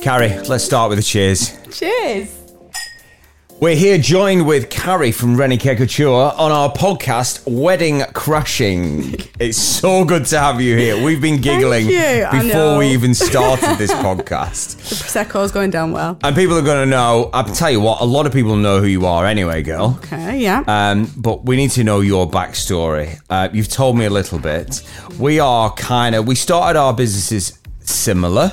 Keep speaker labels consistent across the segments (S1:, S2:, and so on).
S1: Carrie, let's start with the cheers.
S2: Cheers.
S1: We're here joined with Carrie from Renike Couture on our podcast, Wedding Crashing. It's so good to have you here. We've been giggling
S2: you. I
S1: before
S2: know.
S1: we even started this podcast.
S2: The prosecco's going down well.
S1: And people are going to know, I'll tell you what, a lot of people know who you are anyway, girl.
S2: Okay, yeah.
S1: Um, but we need to know your backstory. Uh, you've told me a little bit. We are kind of, we started our businesses similar.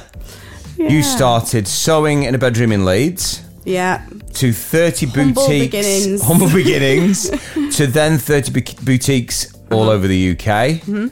S1: You
S2: Yeah.
S1: started sewing in a bedroom in Leeds
S2: yeah.
S1: to 30
S2: Humble
S1: boutiques.
S2: beginnings.
S1: Humble beginnings. to then 30 bu- boutiques all
S2: Uh-huh.
S1: over the UK.
S2: Mm-hmm.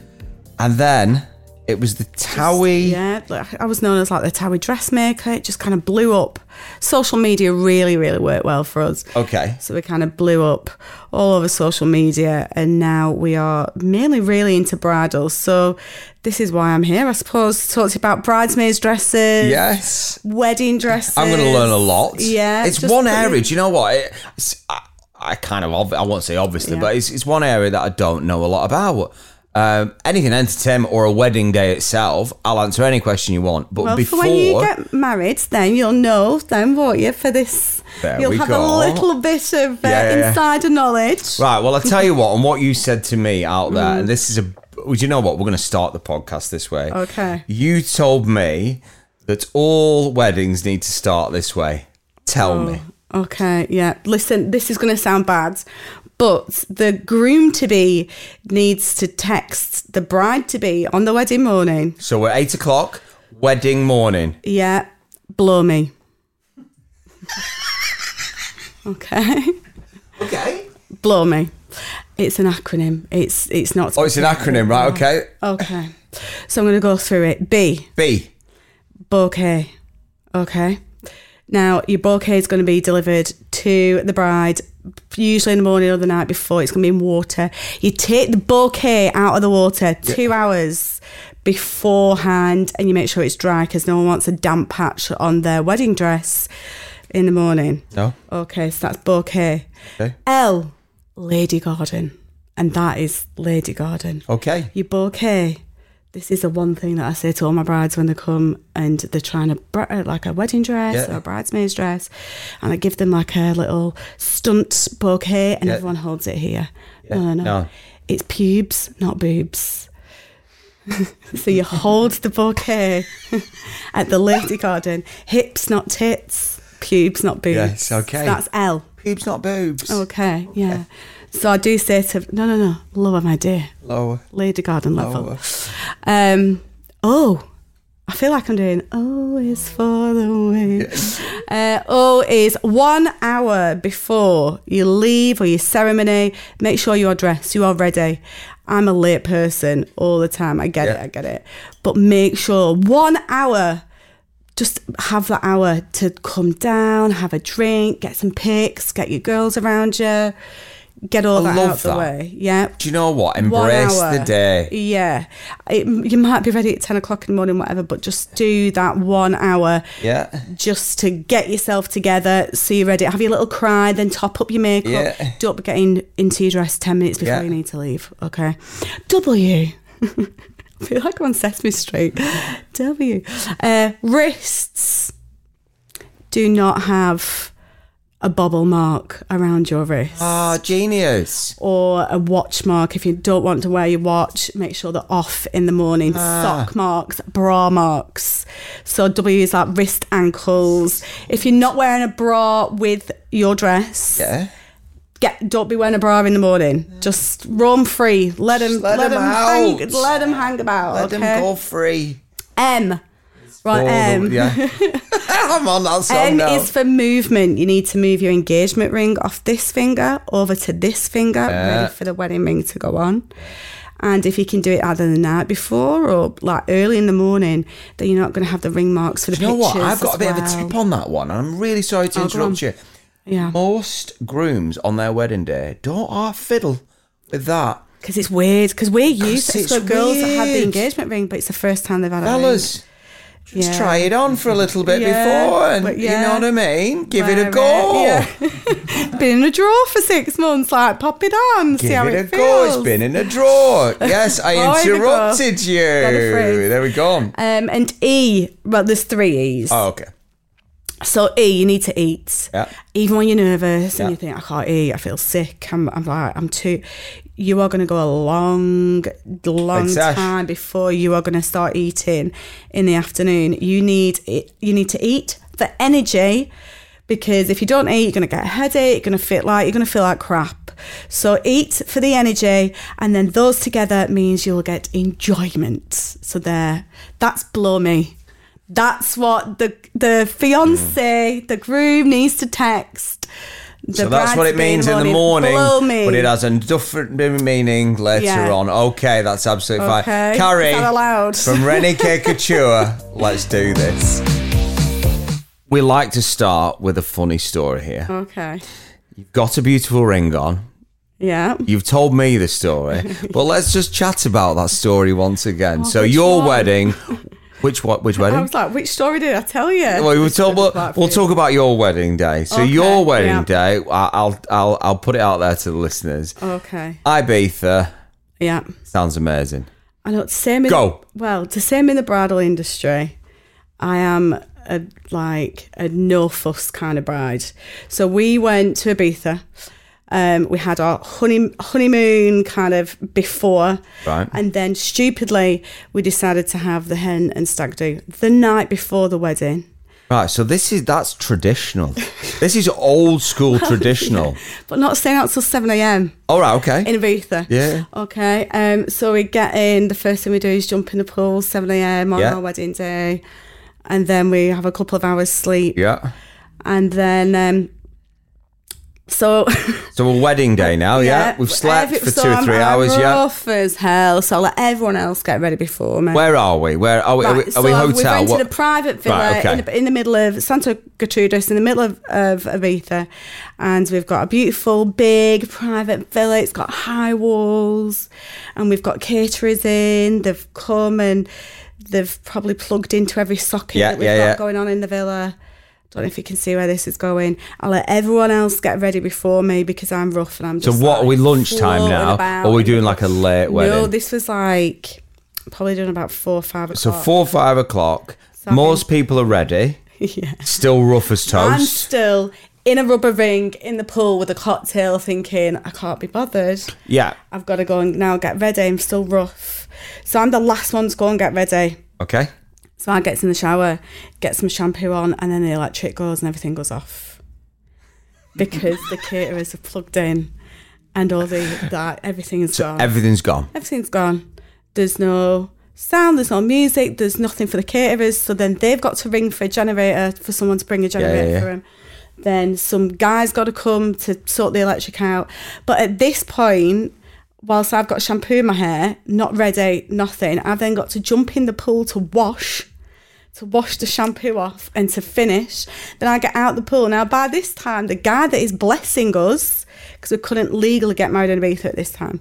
S1: And then it was the TOWIE.
S2: Yeah, like, I was known as like the Towie dressmaker. It just kind of blew up. Social media really, really worked well for us.
S1: Okay.
S2: So we kind of blew up all over social media, and now we are mainly really into bridals. So this is why I'm here, I suppose, to talk to you about bridesmaids' dresses,
S1: Yes.
S2: wedding dresses.
S1: I'm going to learn a lot.
S2: Yeah,
S1: it's
S2: just
S1: one
S2: put
S1: area.
S2: your-
S1: Do you know what? It's, I, I kind of ob- I won't say obviously,
S2: Yeah.
S1: but it's, it's one area that I don't know a lot about. Um, anything entertainment or a wedding day itself, I'll answer any question you want. But
S2: Well,
S1: before,
S2: for when you get married, then you'll know, then, won't you, for this?
S1: There
S2: you'll
S1: we
S2: have
S1: go.
S2: a little bit of uh,
S1: Yeah, yeah, yeah.
S2: insider knowledge.
S1: right? Well, I tell you what, and what you said to me out there,
S2: Mm.
S1: and this is a. Would you know what? We're going to start the podcast this way.
S2: Okay.
S1: You told me that all weddings need to start this way. Tell me.
S2: Oh. Okay, yeah. Listen, this is going to sound bad, but the groom to be needs to text the bride to be on the wedding morning.
S1: So we're eight o'clock wedding morning.
S2: Yeah, blow me. okay,
S1: Okay.
S2: blow me. It's an acronym. It's it's not.
S1: Oh, it's an acronym, right? Okay.
S2: okay, so I'm going to go through it. B.
S1: B.
S2: bouquet. Okay. Now your bouquet is going to be delivered to the bride, usually in the morning or the night before. It's going to be in water. You take the bouquet out of the water two hours beforehand, and you make sure it's dry because no one wants a damp patch on their wedding dress in the morning.
S1: No.
S2: Okay, so that's bouquet.
S1: Okay.
S2: L, Lady Garden, and that is Lady Garden
S1: Okay.
S2: your bouquet. This is the one thing that I say to all my brides when they come and they're trying to br- uh, like a wedding dress
S1: Yeah.
S2: or a bridesmaid's dress, and I give them like a little stunt bouquet, and
S1: Yeah.
S2: everyone holds it here. No, no,
S1: no.
S2: no, it's pubes, not boobs. so you hold the bouquet at the lady garden, hips, not tits, pubes, not boobs.
S1: Yes, okay.
S2: that's L.
S1: Boobs, not boobs.
S2: Oh. Okay, yeah. So I do say to no, no, no, lower my dear.
S1: Lower.
S2: Lady Garden level.
S1: Lower.
S2: Um, oh, I feel like I'm doing O is for the win. Uh, o is one hour before you leave or your ceremony. Make sure you are dressed, you are ready. I'm a late person all the time. I get
S1: Yeah.
S2: it, I get it. But make sure one hour just have that hour to come down, have a drink, get some pics, get your girls around you, get all
S1: I
S2: that
S1: love
S2: out the
S1: that.
S2: way. Yeah.
S1: Do you know what?
S2: One
S1: Embrace
S2: hour.
S1: the day.
S2: Yeah, it, you might be ready at ten o'clock in the morning, whatever. But just do that one hour,
S1: Yeah.
S2: just to get yourself together, so you're ready. Have your little cry, then top up your makeup.
S1: Yeah.
S2: Don't be getting into your dress ten minutes before
S1: Yeah.
S2: you need to leave. Okay. W. I feel like I'm on Sesame Street. W. Uh, wrists. Do not have a bobble mark around your wrist
S1: Ah, genius.
S2: or a watch mark if you don't want to wear your watch make sure they're off in the morning
S1: Ah.
S2: sock marks bra marks so w is like wrist ankles if you're not wearing a bra with your dress
S1: Yeah.
S2: get don't be wearing a bra in the morning just roam free let them
S1: let 'em
S2: let, them hang
S1: out.
S2: let them hang about
S1: Let
S2: okay
S1: them go free.
S2: m right
S1: Oh,
S2: m
S1: yeah. I'm on that song
S2: M
S1: now.
S2: is for movement. You need to move your engagement ring off this finger over to this finger, ready for the wedding ring to go on. And if you can do it either the night before or like early in the morning, then you're not going to have the ring marks for the
S1: Do you know
S2: pictures.
S1: what? I've got
S2: as
S1: a bit
S2: well.
S1: of a tip on that one, and I'm really sorry to
S2: Oh, go on.
S1: interrupt you.
S2: Yeah,
S1: Most grooms on their wedding day don't half fiddle with that.
S2: because it's weird. Because we're used.
S1: 'Cause
S2: to
S1: it's
S2: got girls that have the
S1: weird.
S2: engagement ring, but it's the first time they've had a ring.
S1: Fellas, just
S2: Yeah.
S1: try it on for a little bit
S2: Yeah,
S1: before, and
S2: but
S1: you
S2: yeah.
S1: know what I mean? Give it
S2: Wear
S1: a
S2: it,
S1: go.
S2: yeah. Been in a drawer for six months. Like pop it on, see
S1: Give
S2: how
S1: it
S2: it,
S1: a
S2: feels.
S1: go. It's been in a drawer. Yes, I
S2: Oh, here we go.
S1: interrupted you.
S2: Got a phrase.
S1: There we go.
S2: Um, and E, well, there's three E's.
S1: Oh, okay.
S2: So E, you need to eat.
S1: Yeah.
S2: Even when you're nervous
S1: Yeah.
S2: and you think I can't eat, I feel sick. I'm, I'm like, I'm too. You are going to go a long, long
S1: Big sash.
S2: time before you are going to start eating in the afternoon. You need it. You need to eat for energy because if you don't eat, you're going to get a headache. You're going to feel like you're going to feel like crap. So eat for the energy, and then those together means you'll get enjoyment. So there, that's blow me. That's what the the fiance, the groom needs to text. The
S1: So that's what
S2: bride
S1: it
S2: to be
S1: means in the morning,
S2: Blow me.
S1: but it has a different meaning later
S2: Yeah.
S1: on. Okay, that's absolutely
S2: Okay,
S1: fine.
S2: is
S1: Carrie,
S2: that allowed?
S1: from Renike Couture, let's do this. We like to start with a funny story here.
S2: Okay.
S1: You've got a beautiful ring on.
S2: Yeah.
S1: You've told me the story, but let's just chat about that story once again. so
S2: Oh, which
S1: your
S2: one?
S1: wedding, which what which
S2: I
S1: wedding?
S2: was like, which story did I tell you?
S1: Well, we'll talk. We'll,
S2: about
S1: we'll
S2: food.
S1: talk about your wedding day. So
S2: Okay,
S1: your wedding
S2: yeah.
S1: day, I- I'll I'll I'll put it out there to the listeners.
S2: Okay.
S1: Ibiza
S2: Yeah.
S1: sounds amazing.
S2: I know it's same in
S1: Go.
S2: well, it's the same in the bridal industry. I am a like a no fuss kind of bride. So we went to Ibiza. Um, we had our honey, honeymoon kind of before,
S1: Right.
S2: and then stupidly we decided to have the hen and stag do the night before the wedding.
S1: Right, so this is that's traditional. this is old school traditional.
S2: but not staying out till 7 a.m.
S1: All right, okay.
S2: in Ibiza.
S1: Yeah.
S2: Okay. Um, so we get in, the first thing we do is jump in the pool, 7 a.m. on
S1: Yeah.
S2: our wedding day. And then we have a couple of hours sleep.
S1: yeah.
S2: And then, um, so
S1: So a wedding day now, yeah. We've slept
S2: every-
S1: for
S2: so
S1: two or
S2: I'm-
S1: 3
S2: I'm
S1: hours, yeah.
S2: rough as hell. So I'll let everyone else get ready before me.
S1: Where are we? Where are we? are we,
S2: Right,
S1: are we
S2: so We've
S1: hotel?
S2: rented
S1: What-
S2: a private villa
S1: Right, okay.
S2: in, the, in the middle of Santa Gertrudis, in the middle of, of Ibiza, and we've got a beautiful big private villa. It's got high walls, and we've got caterers in. They've come and they've probably plugged into every socket
S1: Yeah,
S2: that we've
S1: yeah,
S2: got
S1: yeah.
S2: going on in the villa. Don't know if you can see where this is going. I'll let everyone else get ready before me because I'm rough and I'm
S1: so
S2: just.
S1: what are
S2: like,
S1: we lunchtime
S2: floating
S1: now?
S2: about.
S1: Or are we doing like a late wedding?
S2: No, this was like probably doing about four or five o'clock.
S1: so four or five o'clock. Most people are ready.
S2: yeah.
S1: Still rough as
S2: I'm
S1: toast.
S2: still in a rubber ring in the pool with a cocktail thinking, I can't be bothered.
S1: yeah.
S2: I've got to go and now get ready. I'm still rough. So I'm the last one to go and get ready.
S1: Okay.
S2: So I gets in the shower, get some shampoo on, and then the electric goes and everything goes off. Because the caterers are plugged in and all the that everything is gone.
S1: Everything's gone.
S2: Everything's gone. There's no sound, there's no music, there's nothing for the caterers. So then they've got to ring for a generator for someone to bring a generator
S1: yeah.
S2: for them. Then some guy's got to come to sort the electric out. But at this point, whilst I've got shampoo in my hair, not ready, nothing, I've then got to jump in the pool to wash. To wash the shampoo off and to finish, then I get out the pool. Now, by this time, the guy that is blessing us, because we couldn't legally get married in Ibiza at this time,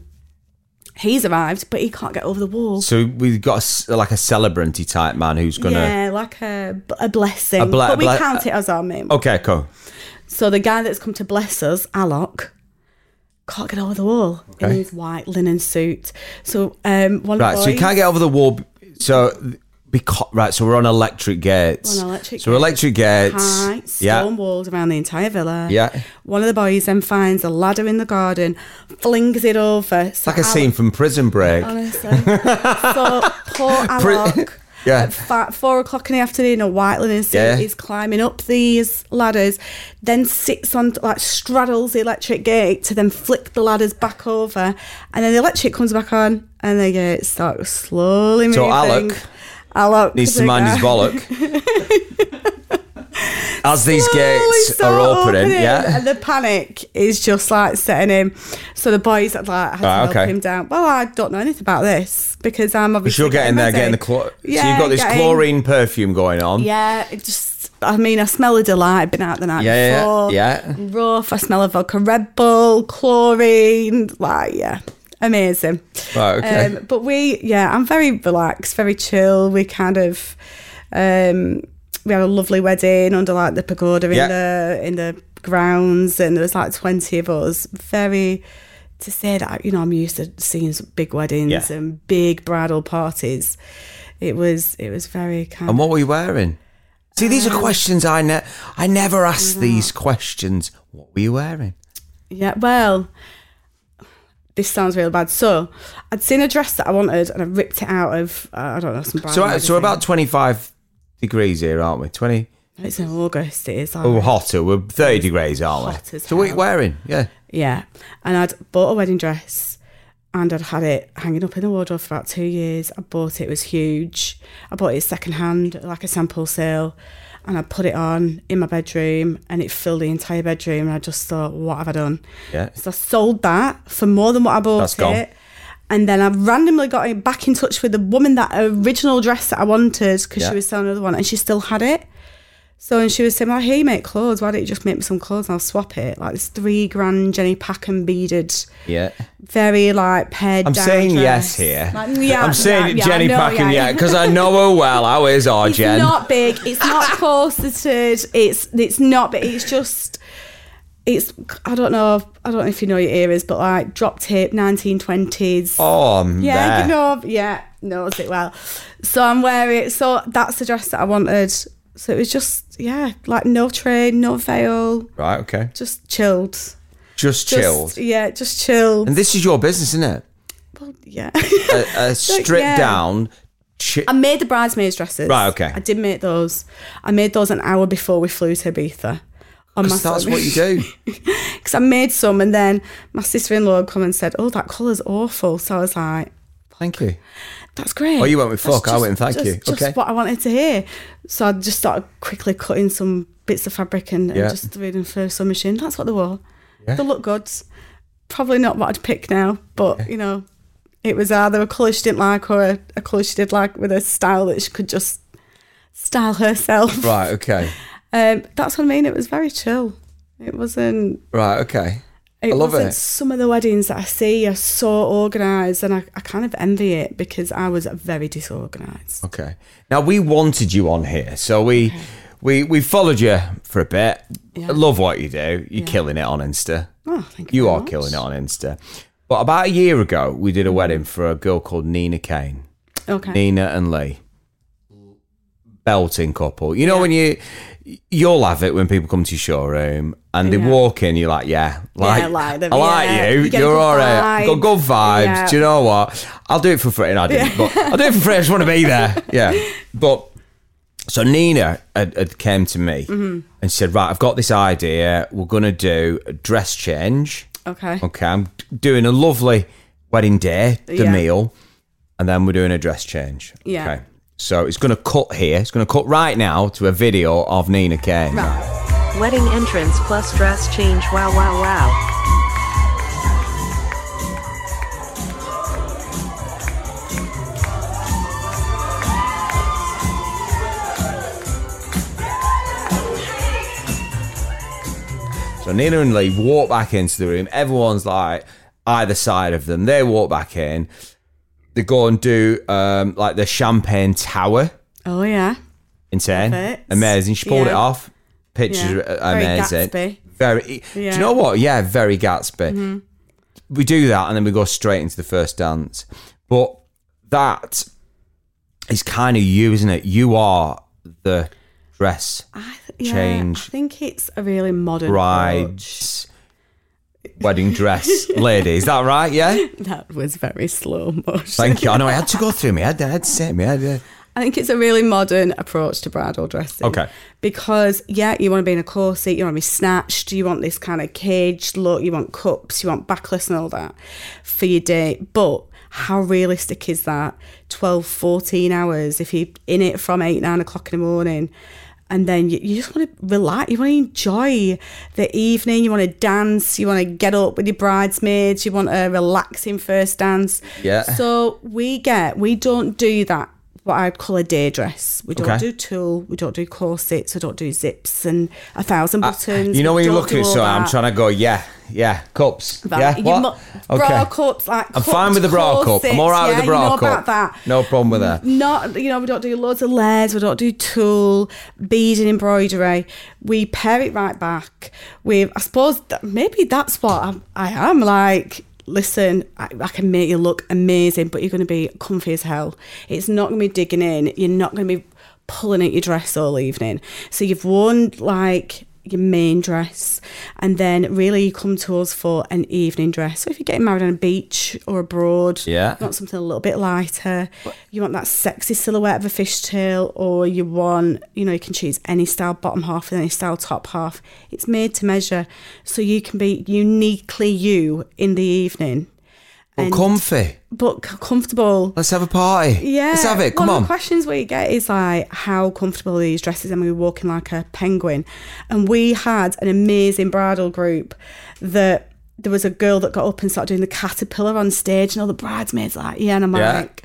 S2: he's arrived, but he can't get over the wall.
S1: So we've got a s like a celebranty type man who's gonna.
S2: Yeah, like a, a blessing.
S1: A Oh. ble-
S2: but we
S1: ble-
S2: count it as our name.
S1: Okay, cool.
S2: So the guy that's come to bless us, Alok, can't get over the wall in
S1: Okay.
S2: his white linen suit. So um, one
S1: Right,
S2: boy,
S1: so you can't get over the wall. b- So, because right, so we're on electric gates.
S2: We're on electric
S1: so
S2: gates.
S1: electric gates.
S2: high stone
S1: yeah,
S2: walls around the entire villa.
S1: yeah,
S2: One of the boys then finds a ladder in the garden, flings it over. So
S1: like a
S2: Alok-
S1: scene from Prison Break.
S2: Honestly. so poor Alok.
S1: Yeah.
S2: At fi- four o'clock in the afternoon, a white linen suit
S1: Yeah.
S2: is climbing up these ladders, then sits on, like, straddles the electric gate to then flip the ladders back over. And then the electric comes back on and the gate starts slowly
S1: So
S2: moving.
S1: Alok
S2: Alok
S1: Needs to
S2: the
S1: mind his
S2: guy-
S1: bollock. As these
S2: slowly
S1: gates
S2: start
S1: are opening, yeah.
S2: and the panic is just like setting him. So the boys are like had to
S1: Right,
S2: help
S1: okay.
S2: him down. Well, I don't know anything about this because I'm obviously
S1: So you're getting there,
S2: ready.
S1: getting the chlor. so
S2: Yeah,
S1: you've got this
S2: getting-
S1: chlorine perfume going on.
S2: Yeah, it just I mean, I smell a delight. I've been out the night
S1: Yeah, yeah, yeah,
S2: before.
S1: yeah.
S2: rough. I smell a vodka Red Bull, chlorine. Like, yeah, amazing.
S1: Right, okay.
S2: Um, but we, yeah, I'm very relaxed, very chill. We kind of, um, we had a lovely wedding under like the pagoda
S1: Yeah.
S2: in the in the grounds, and there was like twenty of us. Very to say that you know I'm used to seeing big weddings
S1: Yeah.
S2: and big bridal parties. It was it was very kind.
S1: Um, And what were you wearing? See, these
S2: um,
S1: are questions I ne- I never ask these questions. What were you wearing?
S2: Yeah, well, this sounds really bad. So, I'd seen a dress that I wanted and I ripped it out of, uh, I don't know,
S1: So, I-
S2: some brand
S1: so
S2: magazine.
S1: about twenty five degrees here, aren't we? Twenty.
S2: It's in August, it is.
S1: Oh,
S2: alright.
S1: hotter. We're thirty degrees, aren't we?
S2: Hot as
S1: so, what are you
S2: hell.
S1: wearing? Yeah.
S2: Yeah. And I'd bought a wedding dress and I'd had it hanging up in the wardrobe for about two years. I bought it, it was huge. I bought it secondhand, like a sample sale. And I put it on in my bedroom and it filled the entire bedroom. And I just thought, what have I done?
S1: Yeah.
S2: So I sold that for more than what I bought
S1: That's
S2: it.
S1: gone.
S2: And then I randomly got in- back in touch with the woman that original dress that I wanted because
S1: Yeah.
S2: she was selling another one and she still had it. So and she was saying, "Well, here you make clothes. Why don't you just make me some clothes and I'll swap it?" Like this three grand Jenny Packham beaded,
S1: Yeah.
S2: very like paired.
S1: I'm
S2: down
S1: saying yes
S2: dress.
S1: here.
S2: Like, yeah,
S1: I'm saying
S2: yeah,
S1: it,
S2: yeah,
S1: Jenny
S2: I know,
S1: Packham, yeah, because I know her well. How is our
S2: It's
S1: Jen?
S2: not big. It's not corseted. It's it's not. But it's just. It's I don't know. I don't know if you know your eras, but like drop tip, 1920s.
S1: oh, I'm
S2: Yeah,
S1: there.
S2: you know, yeah, knows it well. So I'm wearing. So that's the dress that I wanted. So it was just yeah, like no train, no veil,
S1: Right, okay.
S2: just chilled.
S1: Just
S2: Just,
S1: chilled.
S2: Yeah, just chilled.
S1: And this is your business, isn't it?
S2: Well, yeah.
S1: A, a stripped
S2: yeah.
S1: down. Chi-
S2: I made the bridesmaids dresses.
S1: Right, okay.
S2: I did make those. I made those an hour before we flew to Ibiza. On my
S1: 'cause that's what you do.
S2: Because I made some, and then my sister-in-law come and said, "Oh, that colour's awful." So I was like,
S1: Thank you.
S2: That's great.
S1: Oh, you went with
S2: That's
S1: fuck, I went with thank
S2: just-
S1: you.
S2: Just
S1: Okay.
S2: what I wanted to hear. So I just started quickly cutting some bits of fabric and, and
S1: Yeah.
S2: just reading through some machine. That's what they were.
S1: Yeah.
S2: They look good. Probably not what I'd pick now, but you know, it was either a colour she didn't like or a, a colour she did like with a style that she could just style herself.
S1: Right, okay.
S2: Um, that's what I mean. It was very chill. It wasn't
S1: Right, okay.
S2: it
S1: love
S2: wasn't
S1: it.
S2: some of the weddings that I see are so organised and I, I kind of envy it because I was very disorganised.
S1: Okay. Now we wanted you on here, so we we we followed you for a bit.
S2: Yeah.
S1: I Love what you do. You're killing it on Insta.
S2: Oh, thank you.
S1: You
S2: very
S1: are
S2: much.
S1: killing it on Insta. But about a year ago, we did a
S2: Mm-hmm.
S1: wedding for a girl called Nina Kane.
S2: Okay.
S1: Nina and Lee. Belting couple. You know when you you'll have it when people come to your showroom and they
S2: Yeah.
S1: walk in, you're like, yeah, like,
S2: like them,
S1: I like
S2: yeah.
S1: you.
S2: You get a
S1: You are
S2: good
S1: all right.
S2: vibe.
S1: Got good vibes.
S2: Yeah.
S1: Do you know what? I'll do it for free. And I didn't, but I'll do it for free. I just want to be there. Yeah. But so Nina had, had came to me
S2: Mm-hmm.
S1: and said, right, I've got this idea. We're gonna do a dress change.
S2: Okay.
S1: Okay, I'm doing a lovely wedding day, the
S2: Yeah.
S1: meal, and then we're doing a dress change.
S2: Yeah.
S1: Okay. So it's going to cut here. It's going to cut right now to a video of Nina Kane.
S3: Wedding entrance plus dress change. Wow, wow, wow.
S1: So Nina and Lee walk back into the room. Everyone's like either side of them. They walk back in. They go and do um, like the champagne tower
S2: Oh yeah.
S1: insane,
S2: Perfect.
S1: amazing. She pulled it
S2: Yeah.
S1: off. Pictures
S2: Yeah.
S1: are
S2: Very
S1: amazing.
S2: Gatsby.
S1: Very- Do
S2: Yeah. Mm-hmm.
S1: you know what? Yeah, very Gatsby. We do that, and then we go straight into the first dance. But that is kind of you, isn't it? You are the dress
S2: I th- yeah,
S1: Change.
S2: I think it's a really modern approach.
S1: bride's wedding dress lady. Is that right? Yeah.
S2: That was very slow motion.
S1: Thank you. I know I had to go through me. I had to set me. head. yeah.
S2: I think it's a really modern approach to bridal dressing.
S1: Okay.
S2: Because yeah, you want to be in a corset, you want to be snatched, you want this kind of caged look, you want cups, you want backless and all that for your date. But how realistic is that? 12, 14 hours if you're in it from eight, nine o'clock in the morning. And then you, you just want to relax. You want to enjoy the evening. You want to dance. You want to get up with your bridesmaids. You want a relaxing first dance.
S1: Yeah.
S2: So we get, we don't do that, what I'd call a day dress. We don't
S1: Okay.
S2: do tulle, we don't do corsets, we don't do zips and a thousand
S1: Uh,
S2: buttons.
S1: You know
S2: we
S1: when you
S2: don't
S1: look at
S2: do
S1: it,
S2: all
S1: so I'm
S2: that.
S1: trying to go. Yeah, yeah. Cups.
S2: That-
S1: Yeah.
S2: you
S1: What?
S2: mu- Bra cups, like
S1: I'm fine with the bra cup. I'm all right with the bra
S2: you know
S1: cup.
S2: About that.
S1: No problem with that.
S2: Not, you know, we don't do loads of layers. We don't do tulle, beading, embroidery. We pair it right back with, I suppose, that maybe that's what I'm, I am like. Listen, I, I can make you look amazing, but you're going to be comfy as hell. It's not going to be digging in. You're not going to be pulling at your dress all evening. So you've worn like your main dress, and then really you come to us for an evening dress. So if you're getting married on a beach or abroad,
S1: Yeah.
S2: you want something a little bit lighter. You want that sexy silhouette of a fishtail, or you want, you know, you can choose any style bottom half and any style top half. It's made to measure, so you can be uniquely you in the evening,
S1: But comfy.
S2: but c- comfortable.
S1: Let's have a party.
S2: Yeah.
S1: Let's have it. Come
S2: One of
S1: on.
S2: the questions we get is like, how comfortable are these dresses? And we were walking like a penguin. And we had an amazing bridal group that there was a girl that got up and started doing the caterpillar on stage, and all the bridesmaids like, yeah, and I'm
S1: Yeah.
S2: like.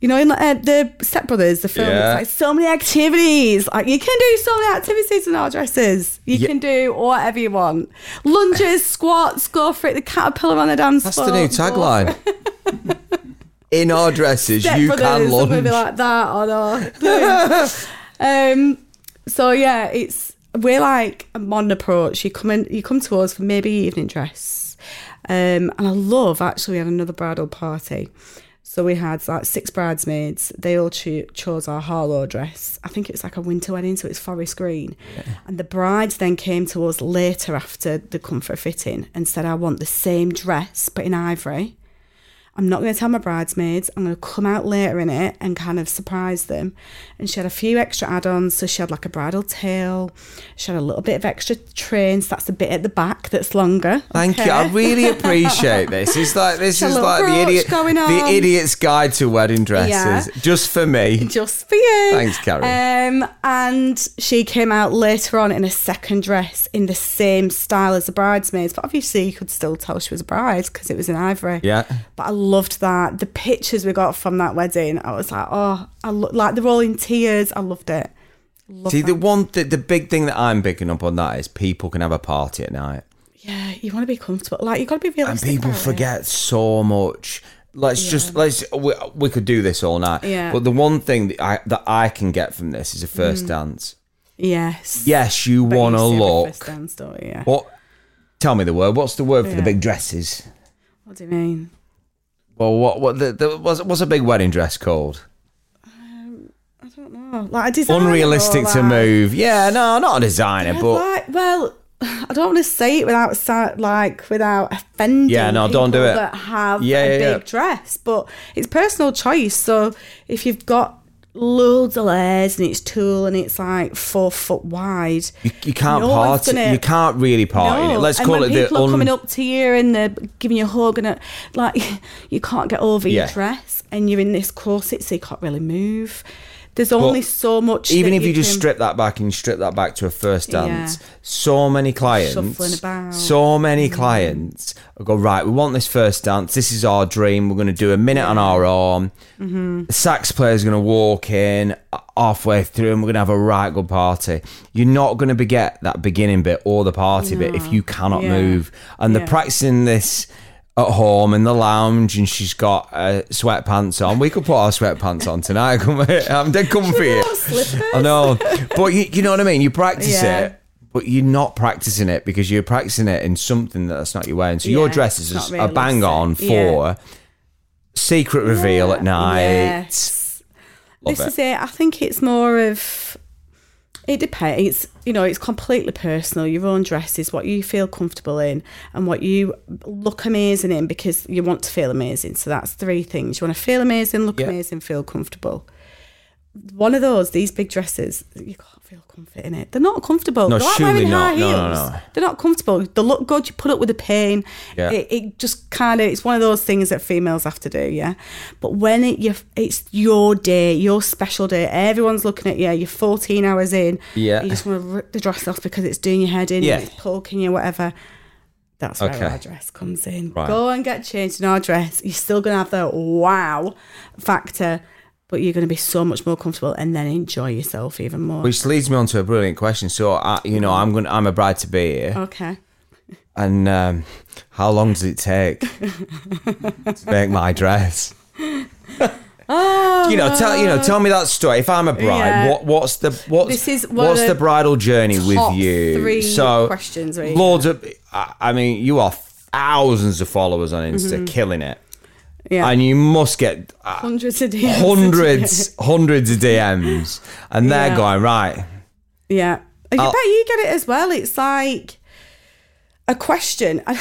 S2: You know, in like, uh, the Step Brothers, the film,
S1: Yeah.
S2: it's like so many activities. Like you can do so many activities in our dresses. You
S1: Ye-
S2: can do whatever you want: lunges, squats, go for it. The caterpillar on the dance
S1: That's
S2: floor.
S1: the new
S2: go
S1: tagline. In our dresses,
S2: Step
S1: you
S2: Brothers,
S1: can
S2: I'm gonna
S1: lunge.
S2: be like that or no. um, so yeah, it's we're like a modern approach. You come in, you come to us for maybe evening dress, um, and I love actually. We had another bridal party. So we had like six bridesmaids. They all cho- chose our Harlow dress. I think it was like a winter wedding, so it's forest green. And the brides then came to us later after the comfort fitting and said, "I want the same dress but in ivory." I'm not going to tell my bridesmaids. I'm going to come out later in it and kind of surprise them. And she had a few extra add ons. So she had like a bridal tail. She had a little bit of extra train. So that's the bit at the back that's longer.
S1: Thank you. I
S2: Okay.
S1: really appreciate this. It's like this
S2: Got a
S1: is
S2: little
S1: like the
S2: brooch
S1: idiot,
S2: going
S1: the
S2: on.
S1: idiot's guide to wedding dresses,
S2: Yeah.
S1: just for me.
S2: Just for you.
S1: Thanks, Karen.
S2: Um, and she came out later on in a second dress in the same style as the bridesmaids. But obviously, you could still tell she was a bride because it was in ivory.
S1: Yeah.
S2: But I loved that. The pictures we got from that wedding, I was like, oh, I lo- like they're all in tears. I loved it. Love
S1: See,
S2: that.
S1: the one, th- the big thing that I'm picking up on that is people can have a party at night.
S2: Yeah, you want to be comfortable. Like you got to be
S1: and
S2: realistic.
S1: people
S2: about it.
S1: forget so much. Let's just let's we, we could do this all night.
S2: Yeah. Mm.
S1: But the one thing that I that I can get from this is a first dance.
S2: Yes.
S1: Yes, you
S2: But you
S1: want to
S2: see the
S1: look.
S2: first dance, don't you? Yeah. What?
S1: What? Tell me the word. What's the word for the
S2: Yeah.
S1: big dresses?
S2: do you mean?
S1: Well, what what the, the what's, what's a big wedding dress called?
S2: I don't know. Oh, Like a designer
S1: Unrealistic
S2: or
S1: to
S2: like-
S1: move. Yeah, no, not a designer,
S2: Yeah,
S1: but
S2: like, well, I don't want to say it without sa- like without offending.
S1: Yeah, no, don't do
S2: people
S1: it.
S2: That have
S1: Yeah,
S2: a
S1: yeah,
S2: big dress, but it's personal choice. So if you've got loads of layers and it's tulle and it's like four foot wide,
S1: you, you can't
S2: No one's
S1: party.
S2: gonna-
S1: You can't really party. in it.
S2: No,
S1: Let's
S2: and
S1: call it
S2: when
S1: the
S2: people are
S1: un-
S2: coming up to you and they're giving you a hug and a, like you can't get over
S1: Yeah.
S2: your dress and you're in this corset so you can't really move. There's only so much.
S1: even
S2: that
S1: if you, just
S2: can-
S1: strip that back and you strip that back to a first
S2: Yeah.
S1: dance, so many
S2: Shuffling
S1: clients,
S2: about. Mm.
S1: so many clients go right. We want this first dance. This is our dream. We're going to do a minute on our arm.
S2: Mm-hmm.
S1: The sax player's going to walk in uh, halfway through, and we're going to have a right good party. You're not going to be get that beginning bit or the party bit if you cannot
S2: Yeah.
S1: move. And they're
S2: Yeah.
S1: practicing this. At home in the lounge, and she's got uh, sweatpants on. We could put our sweatpants on tonight. couldn't we? I'm dead comfy.
S2: Or slippers.
S1: I know, but you, you know what I mean. You practice
S2: Yeah.
S1: it, but you're not practicing it because you're practicing it in something that's not your wearing. So your
S2: Yeah,
S1: dress
S2: it's
S1: is
S2: not
S1: a bang on for
S2: realistic. Yeah.
S1: secret reveal at night.
S2: Yes.
S1: Love
S2: this
S1: it.
S2: is it. I think it's more of it depends. It's you know, it's completely personal. Your own dress is what you feel comfortable in and what you look amazing in because you want to feel amazing. So that's three things. You want to feel amazing, look
S1: Yeah.
S2: amazing, feel comfortable. One of those, these big dresses, you can't feel comfort in it. They're not comfortable.
S1: No,
S2: They're like
S1: surely
S2: wearing
S1: not.
S2: high
S1: No,
S2: heels.
S1: no, no.
S2: They're not comfortable. They look good. You put up with the pain.
S1: Yeah.
S2: It, it just kind of it's one of those things that females have to do. Yeah. But when it you it's your day, your special day. Everyone's looking at you. You're 14 hours in.
S1: Yeah.
S2: You just want to rip the dress off because it's doing your head in.
S1: Yeah.
S2: It's poking you, whatever. That's where
S1: Okay.
S2: our dress comes in.
S1: Right.
S2: Go and get changed in our dress. You're still gonna have the wow factor, but you're gonna be so much more comfortable and then enjoy yourself even more.
S1: Which leads me on to a brilliant question. So, I, you know, I'm going. to I'm a bride to be here,
S2: okay.
S1: and um, how long does it take to make my dress?
S2: Oh,
S1: You know, tell you know, tell me that story. If I'm a bride,
S2: Yeah.
S1: what what's the what's
S2: This is one of
S1: what's the,
S2: the
S1: bridal journey
S2: top
S1: with you?
S2: three
S1: so
S2: questions, really.
S1: Lords of, I I mean, you are thousands of followers on Insta, killing it.
S2: Mm-hmm. Yeah.
S1: and you must get uh,
S2: hundreds of DMs.
S1: hundreds, hundreds of DMs, and they're
S2: Yeah.
S1: going right.
S2: Yeah. And you
S1: I'll-
S2: bet you get it as well. It's like a question. I,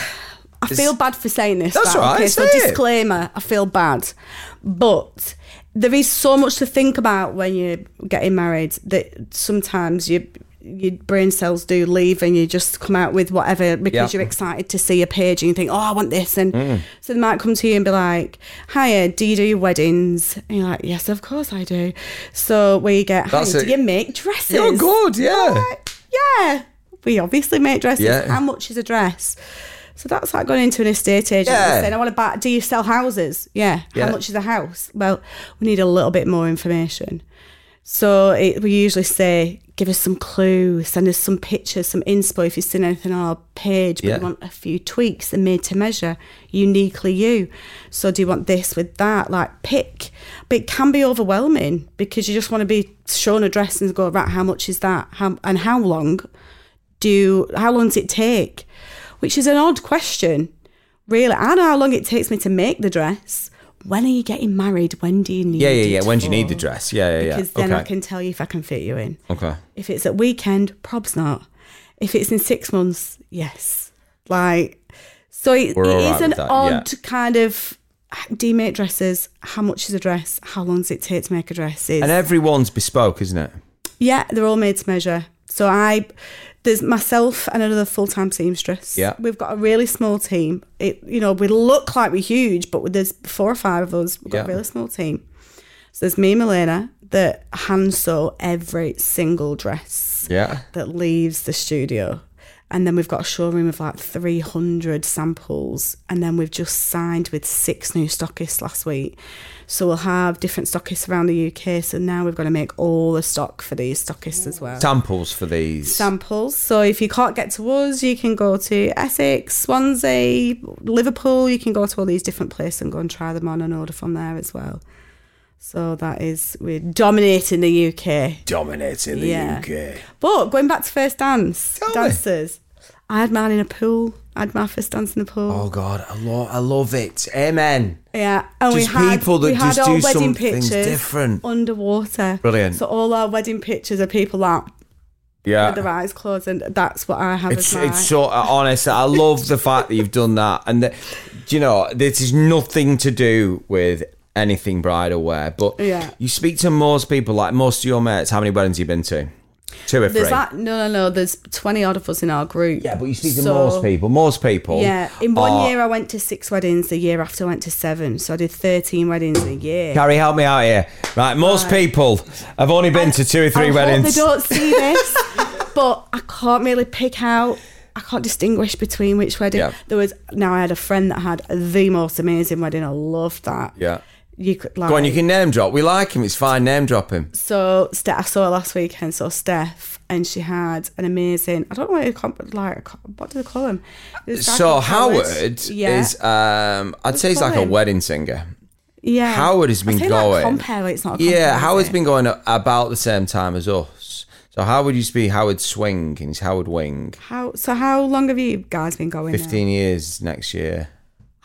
S2: I feel bad for saying this.
S1: That's
S2: right?
S1: all right,
S2: Okay, so
S1: say it.
S2: disclaimer, I feel bad. But there is so much to think about when you're getting married that sometimes you your brain cells do leave and you just come out with whatever because
S1: Yeah. Mm.
S2: you're excited to see a page and you think, oh, I want this. And so they might come to you and be like, hiya, do you do weddings? And you're like, yes, of course I do. So we get, hi,
S1: That's
S2: do
S1: it.
S2: you make dresses?
S1: You're Oh, good, yeah.
S2: yeah, we obviously make dresses.
S1: Yeah.
S2: How much is a dress? So that's like going into an estate agent
S1: Yeah.
S2: and saying, I want to buy, do you sell houses? Yeah.
S1: Yeah.
S2: How much is a house? Well, we need a little bit more information. So it, we usually say, give us some clues, send us some pictures, some inspo if you've seen anything on our page, but
S1: Yeah.
S2: we want a few tweaks and made to measure, uniquely you. So do you want this with that? Like pick. But it can be overwhelming because you just want to be shown a dress and go, right, how much is that? How, and how long do, how long does it take? Which is an odd question, really. I know how long it takes me to make the dress. When are you getting married? When do you need
S1: Yeah, yeah,
S2: it
S1: yeah. When do you need the
S2: for?
S1: dress? Yeah, yeah, yeah.
S2: because then
S1: okay.
S2: I can tell you if I can fit you in.
S1: okay.
S2: If it's at weekend, prob's not. If it's in six months, yes. Like, so it, it
S1: We're all right
S2: is
S1: with
S2: an
S1: that, yeah.
S2: odd kind of. ah, Do you make dresses? How much is a dress? How long does it take to make a dress? Is
S1: And everyone's bespoke, isn't it?
S2: yeah, they're all made to measure. So I, there's myself and another full time seamstress.
S1: Yeah.
S2: we've got a really small team. It, you know, we look like we're huge, but there's four or five of us. We've got a
S1: Yeah.
S2: really small team. So there's me, and Milena, that hand sew every single dress
S1: Yeah.
S2: that leaves the studio. And then we've got a showroom of like 300 samples. And then we've just signed with six new stockists last week. So we'll have different stockists around the UK. So now we've got to make all the stock for these stockists as well.
S1: Samples for these.
S2: Samples. So if you can't get to us, you can go to Essex, Swansea, Liverpool. You can go to all these different places and go and try them on and order from there as well. So that is, we're dominating the UK.
S1: Dominating the
S2: Yeah.
S1: UK.
S2: But going back to first dance,
S1: Tell me.
S2: dancers. I had mine in a pool. I had my first dance in the pool.
S1: Oh God, I love, I love it. Amen.
S2: yeah, and
S1: just people that just do some things different.
S2: underwater.
S1: Brilliant.
S2: So all our wedding pictures are people like
S1: Yeah.
S2: with their eyes closed, and that's what I have
S1: It's
S2: as my.
S1: it's so uh, honest. I love the fact that you've done that, and that, do you know this is nothing to do with anything bridal wear. But
S2: Yeah.
S1: you speak to most people, like most of your mates. How many weddings you been to? Two or three.
S2: there's that no no no. There's twenty odd of us in our group.
S1: yeah, oh. but you speak to
S2: So-
S1: most people. Most people.
S2: Yeah, in one
S1: are-
S2: year I went to six weddings. The year after I went to seven. So I did thirteen weddings a year.
S1: Carrie, help me out here. Right, most people have only been to two or three
S2: I
S1: weddings.
S2: Hope they don't see this, but I can't really pick out. I can't distinguish between which wedding.
S1: Yeah.
S2: There was now I had a friend that had the most amazing wedding. I loved that.
S1: Yeah.
S2: You could like
S1: Go on, you can name drop. We like him. It's fine. Name drop him.
S2: so Steph, I saw her last weekend. So Steph and she had an amazing. I don't know what you call, like what do they call him? There's a guy
S1: So
S2: called
S1: Howard
S2: Yeah.
S1: is, um, I'd say he's like a
S2: Colin.
S1: wedding singer.
S2: yeah.
S1: Howard has been
S2: I say like
S1: going.
S2: compare, but it's not. A compare,
S1: yeah,
S2: is
S1: Howard's
S2: it?
S1: been going a- about the same time as us. So Howard used to be Howard Swing, and he's Howard Wing.
S2: How so? How long have you guys been going? now?
S1: Fifteen years next year.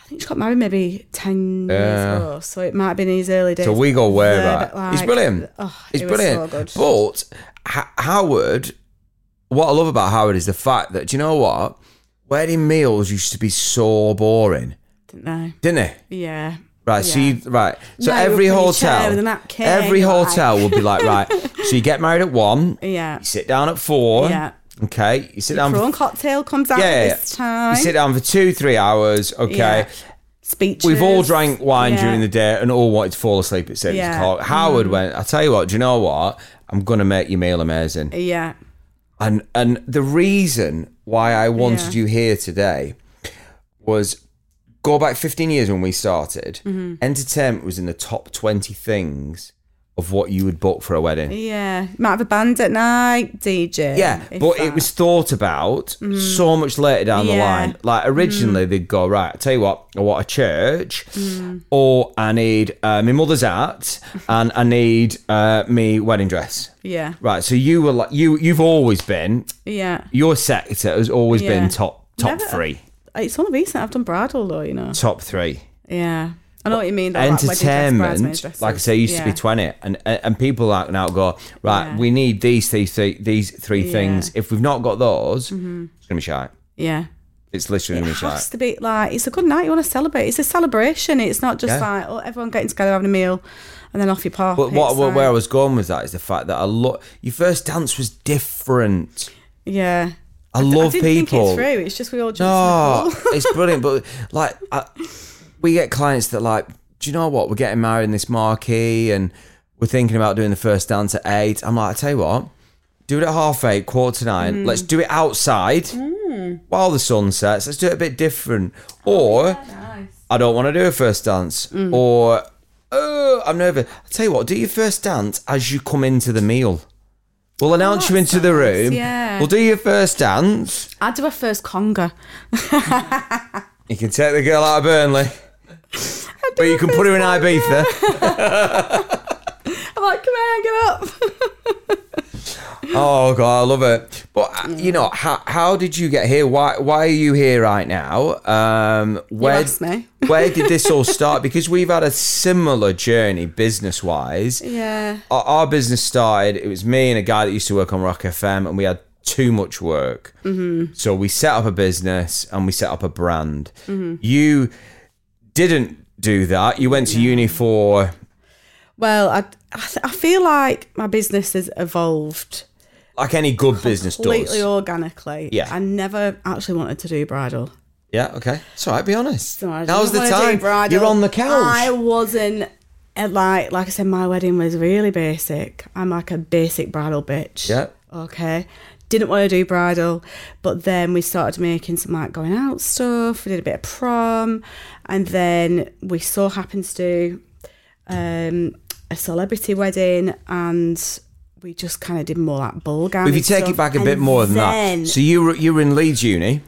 S2: I think she got married maybe 10 years ago, so it might have been his early days.
S1: So we go way
S2: They're
S1: back.
S2: a bit
S1: he's
S2: like-
S1: brilliant.
S2: Oh,
S1: he's
S2: it was
S1: brilliant.
S2: So
S1: But H- Howard, what I love about Howard is the fact that do you know what? Wedding meals used to be so boring,
S2: good. No.
S1: didn't it?
S2: Yeah.
S1: Right, so you, right. So
S2: No,
S1: every
S2: with your
S1: hotel,
S2: chair with a napkin,
S1: every
S2: you're like-
S1: hotel will be like, right. So you get married at one,
S2: Yeah.
S1: you sit down at four,
S2: Yeah.
S1: okay. You sit
S2: Your
S1: down,
S2: prawn
S1: for,
S2: cocktail comes out
S1: yeah,
S2: this time.
S1: you sit down for two, three hours, okay.
S2: Yeah. Speeches.
S1: We've all drank wine
S2: Yeah.
S1: during the day and all wanted to fall asleep at six
S2: Yeah. Mm.
S1: o'clock. Howard went, I tell you what, do you know what? I'm gonna make your meal amazing.
S2: Yeah.
S1: And and the reason why I wanted
S2: Yeah.
S1: you here today was go back 15 years when we started.
S2: Mm-hmm.
S1: Entertainment was in the top 20 things of what you would book for a wedding.
S2: Yeah. Might have a band at night, DJ.
S1: Yeah, but
S2: if that. Mm-hmm.
S1: it was thought about so much later down the
S2: Yeah. Mm-hmm.
S1: line. Like originally, they'd go right. I tell you what, I want a church,
S2: Mm.
S1: or I need uh, my mother's art, and I need uh, me wedding dress.
S2: Yeah.
S1: Right. So you were like you. You've always been
S2: Yeah.
S1: your sector has always
S2: Yeah.
S1: been top top
S2: Never-
S1: three,
S2: It's only recent I've done bridal, though, you know.
S1: top three.
S2: Yeah. I know what you mean. though, like wedding dress, bridesmaids
S1: entertainment,
S2: dresses.
S1: like I say, used to be
S2: Yeah.
S1: twenty, and and people like now go right.
S2: Yeah.
S1: We need these three, three these three
S2: Yeah. Mm-hmm.
S1: things. If we've not got those, it's gonna be shite.
S2: Yeah.
S1: It's literally
S2: It
S1: gonna be
S2: has
S1: shite.
S2: to be like it's a good night. You want to celebrate. It's a celebration. It's not just
S1: Yeah.
S2: like oh, everyone getting together having a meal and then off you pop.
S1: But
S2: It's
S1: what, what
S2: like-
S1: where I was going with that is the fact that a lot your first dance was different.
S2: yeah,
S1: I,
S2: d-
S1: love
S2: didn't think
S1: people.
S2: it's through. It's just we all just
S1: No, it's brilliant. But like, I, we get clients that like, do you know what? We're getting married in this marquee, and we're thinking about doing the first dance at eight. I'm like, I tell you what, do it at half eight, quarter to nine. Let's do it outside while the sun sets. Let's do it a bit different. Or I don't want to do a first dance. Or oh, I'm nervous. I tell you what, do your first dance as you come into the meal. We'll announce you into the room.
S2: yeah.
S1: We'll do your first dance.
S2: I'd do a first conga.
S1: You can take the girl out of Burnley, but you can put her in Ibiza.
S2: I'm like, come on, get up.
S1: Oh god, I love it. But uh, you know, how, how did you get here? Why why are you here right now? Um, where
S2: asked me.
S1: where did this all start? Because we've had a similar journey business wise.
S2: Yeah.
S1: our, our business started. It was me and a guy that used to work on Rock FM, and we had too much work. Mm-hmm. So we set up a business and we set up a brand.
S2: Mm-hmm.
S1: You didn't do that. You went to uni for
S2: Well, I I, th- I feel like my business has evolved
S1: like any good business
S2: completely
S1: does.
S2: organically.
S1: Yeah.
S2: I never actually wanted to do bridal.
S1: Yeah, okay. It's all right. Be honest.
S2: So I
S1: Now's
S2: didn't
S1: the
S2: wanna do
S1: time.
S2: bridal.
S1: You're on the couch.
S2: I wasn't uh, like like I said, my wedding was really basic. I'm like a basic bridal bitch.
S1: Yeah.
S2: Okay. Didn't want to do bridal, but then we started making some like going out stuff. We did a bit of prom, and then we so happened to do um, a celebrity wedding, and we just kind of did more like ballgam.
S1: if you take it back a bit more than that, so you were you were in Leeds Uni,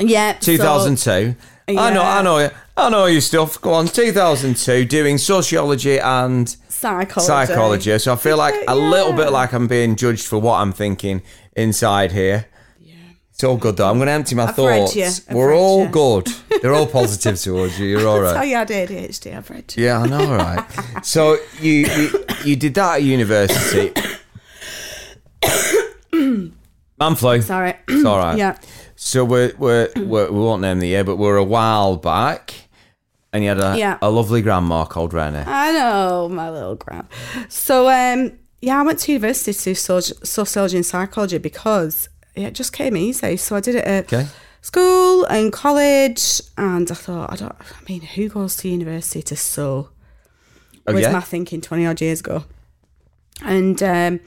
S2: yeah, so-
S1: 2002. I know,
S2: Yeah.
S1: I know, I know your stuff. Go on, 2002, doing sociology and
S2: psychology.
S1: psychology. So I feel like a little
S2: Yeah.
S1: bit like I'm being judged for what I'm thinking inside here. It's all good though. I'm going to empty my
S2: read
S1: thoughts.
S2: you. I've
S1: We're
S2: read
S1: all
S2: you.
S1: good. They're all positive towards you. You're all
S2: That's how
S1: right.
S2: you had ADHD. I've read.
S1: Yeah, I know, right? so you, you you did that at university. Man flu. It's
S2: Sorry.
S1: all right.
S2: yeah.
S1: So we're, we're, we're we won't name the year, but we're a while back, and you had a,
S2: Yeah. Uh-huh.
S1: a lovely grandma called Rennie.
S2: I know, my little gram. So, um, yeah, I went to university to do soci- sociology and psychology because it just came easy. So I did it at
S1: Okay.
S2: school and college, and I thought, I don't. I mean, who goes to university to sew? was
S1: Okay.
S2: my thinking 20 odd years ago. And um,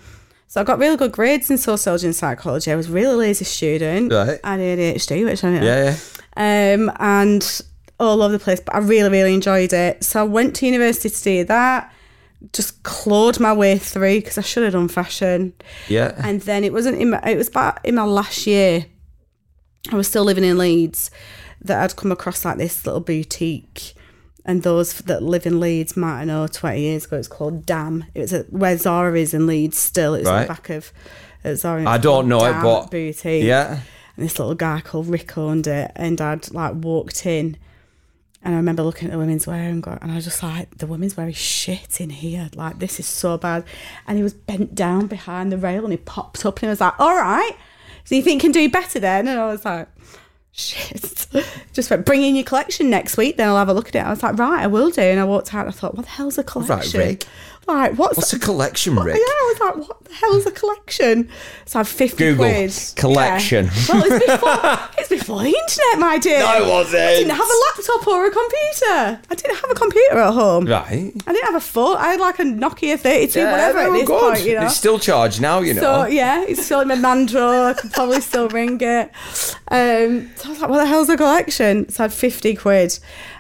S2: so I got really good grades in sociology and psychology. I was a really lazy student.
S1: Right.
S2: I had ADHD, which I didn't
S1: Yeah, yeah.
S2: um, and all over the place. But I really, really enjoyed it. So I went to university to do that. Just clawed my way through because I should have done fashion.
S1: Yeah.
S2: And then it wasn't in my, it was about in my last year. I was still living in Leeds that I'd come across like this little boutique. And those that live in Leeds might know 20 years ago, it's called Dam. It was at, where Zara is in Leeds still. It's on
S1: Right.
S2: the back of uh, Zara.
S1: I don't know it,
S2: Dam
S1: but-
S2: Boutique
S1: yeah.
S2: and this little guy called Rick owned it, and I'd like walked in, and I remember looking at the women's wear and go, and I was just like, the women's wear is shit in here, like this is so bad, and he was bent down behind the rail and he popped up and he was like, all right, so you think you can do better then, and I was like. Shit. Just went, bring in your collection next week, then I'll have a look at it. I was like, right, I will do. And I walked out and I thought, what the hell's a collection?
S1: Rick.
S2: Like, what's,
S1: What's a collection, Rick?
S2: Oh, yeah, I was like, what the hell's a collection? So I had 50
S1: Google,
S2: quid.
S1: collection.
S2: Yeah. Well, it's before, it's before the internet, my dear.
S1: No, it wasn't.
S2: I didn't have a laptop or a computer. I didn't have a computer at home.
S1: Right.
S2: I didn't have a phone. I had like a Nokia 32, whatever at
S1: Oh,
S2: this
S1: God.
S2: point, you know.
S1: It's still charged now, you know.
S2: So yeah, it's still in my man drawer. I could probably still ring it. Um, so I was like, "What the hell's a collection?" So I had fifty quid,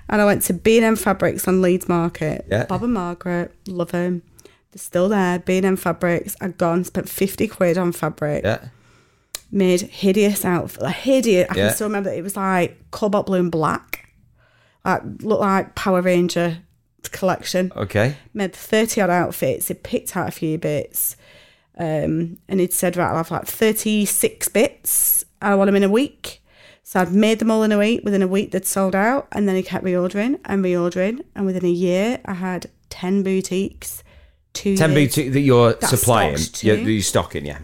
S2: and I went to B and M Fabrics on Leeds Market.
S1: Yeah.
S2: Bob and Margaret, love them. They're still there. B and M Fabrics. I'd gone, spent fifty quid on fabric,
S1: yeah.
S2: made hideous outfit, like hideous. I
S1: Yeah.
S2: can still remember it was like cobalt blue and black, like looked like Power Ranger collection
S1: Okay.
S2: made 30 odd outfits. He picked out a few bits um, and he'd said, right, I'll have like 36 bits. I want them in a week. So I'd made them all in a week. Within a week, they'd sold out, and then I kept reordering and reordering. And within a year, I had ten boutiques. Two
S1: Ten
S2: years,
S1: boutique that you're
S2: That's
S1: supplying,
S2: stocks
S1: you're,
S2: too.
S1: you're stocking, yeah.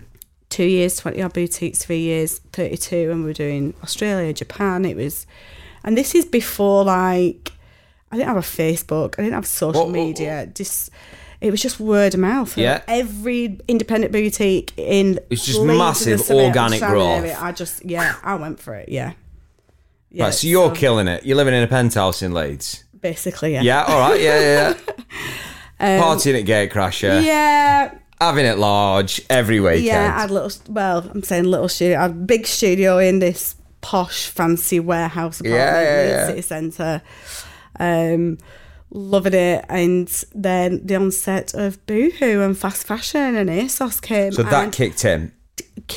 S2: two years, twenty odd boutiques, three years, thirty-two, and we were doing Australia, Japan. It was, and this is before like I didn't have a Facebook, I didn't have social
S1: What- what-
S2: media. Just it was just word of mouth.
S1: Yeah.
S2: every independent boutique in
S1: It's just
S2: Leeds and the
S1: massive
S2: Surrey,
S1: organic
S2: Shannon
S1: growth.
S2: area, I just yeah, I went for it. Yeah. Yeah,
S1: Right, so you're killing it. You're living in a penthouse in Leeds.
S2: basically yeah.
S1: Yeah, all right, yeah, yeah. yeah. Partying at Gatecrasher,
S2: Um, Yeah,
S1: having it large every weekend.
S2: yeah. I had little. Well, I'm saying little studio. I had a big studio in this posh, fancy warehouse apartment
S1: Yeah, yeah,
S2: in the
S1: yeah.
S2: city centre. Um, loving it. And then the onset of Boohoo and fast fashion and ASOS came.
S1: so that
S2: and
S1: kicked in.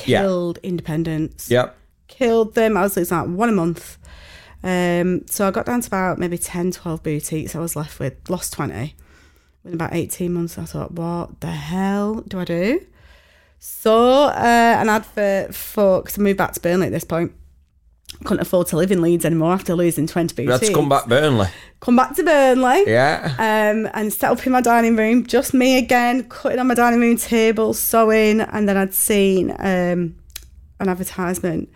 S1: yeah.
S2: killed independence.
S1: Yep.
S2: Killed them. I was losing like one a month. Um, so I got down to about maybe 10, 12 boutiques. I was left with lost 20 in about 18 months. I thought, what the hell do I do? So, uh, an advert for because I moved back to Burnley at this point. Couldn't afford to live in Leeds anymore after losing 20
S1: We had
S2: boutiques.
S1: to come back Burnley.
S2: Come back to Burnley.
S1: Yeah.
S2: Um, and set up in my dining room, just me again, cutting on my dining room table, sewing. And then I'd seen um, an advertisement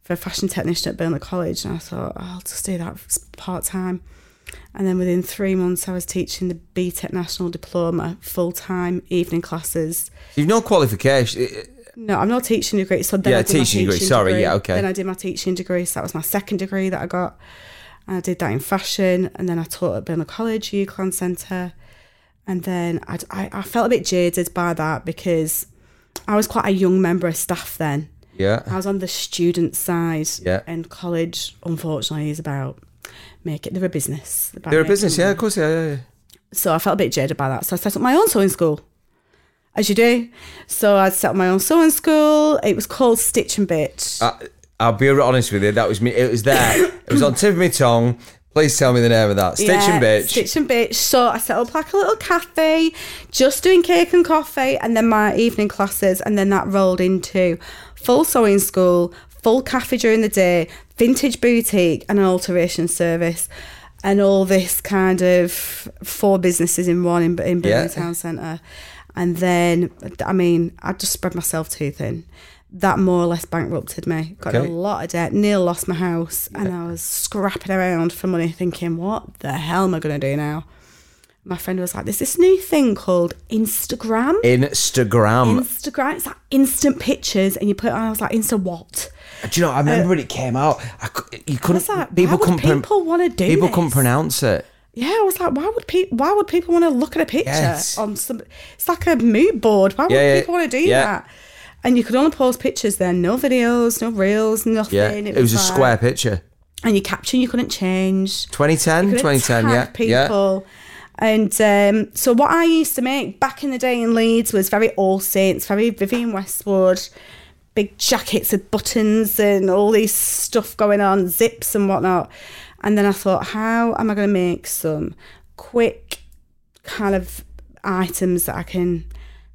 S2: for a fashion technician at Burnley College. And I thought, oh, I'll just do that part time. And then within three months, I was teaching the BTEC National Diploma full time evening classes.
S1: You've no qualification.
S2: No, I'm not teaching degree. So then
S1: Yeah,
S2: I did my
S1: teaching degree, sorry, yeah, okay.
S2: Then I did my teaching degree. So that was my second degree that I got. And I did that in fashion. And then I taught at Burnley College, UCLan Centre. And then I'd, I, I felt a bit jaded by that because I was quite a young member of staff then. I
S1: Yeah.
S2: was on the student side.
S1: Yeah.
S2: And college, unfortunately, is about make it. They're a business. about
S1: They're a
S2: making
S1: business, yeah, of course, yeah, yeah, yeah.
S2: so I felt a bit jaded by that. So I set up my own sewing school, as you do. So I set up my own sewing school. It was called Stitch and Bitch.
S1: I, I'll be honest with you. That was me. It was there. it was on tip of my tongue. Please tell me the name of that. Stitch and
S2: Yeah,
S1: Bitch.
S2: Stitch and Bitch. So I set up like a little cafe, just doing cake and coffee, and then my evening classes, and then that rolled into full sewing school, full cafe during the day, vintage boutique, and an alteration service. And all this kind of four businesses in one in, in Birmingham
S1: Yeah.
S2: Town Centre. And then, I mean, I just spread myself too thin. That more or less bankrupted me. Got in
S1: Okay.
S2: a lot of debt. Neil lost my house, and I was scrapping around for money, thinking, "What the hell am I going to do now?" My friend was like, "There's this new thing called Instagram.
S1: Instagram.
S2: Instagram. It's like instant pictures, and you put it on." I was like, "Insta what?"
S1: Do you know? I remember when it came out. I, cou- you couldn't.
S2: was like,
S1: people
S2: why would
S1: couldn't. pro-
S2: people wanna do
S1: People
S2: this?
S1: couldn't pronounce it.
S2: Yeah, I was like, "Why would people? Why would people want to look at a picture
S1: Yes.
S2: on some? It's like a mood board. Why
S1: Yeah,
S2: would
S1: yeah,
S2: people want to do
S1: yeah.
S2: that?" And you could only post pictures then, no videos, no reels, nothing.
S1: Yeah, it was a
S2: like-
S1: square picture.
S2: and your caption you couldn't change.
S1: 2010,
S2: You couldn't
S1: 2010,
S2: tag
S1: yeah, yeah.
S2: people. And um, so what I used to make back in the day in Leeds was very All Saints, very Vivian Westwood, big jackets with buttons and all this stuff going on, zips and whatnot. And then I thought, how am I going to make some quick kind of items that I can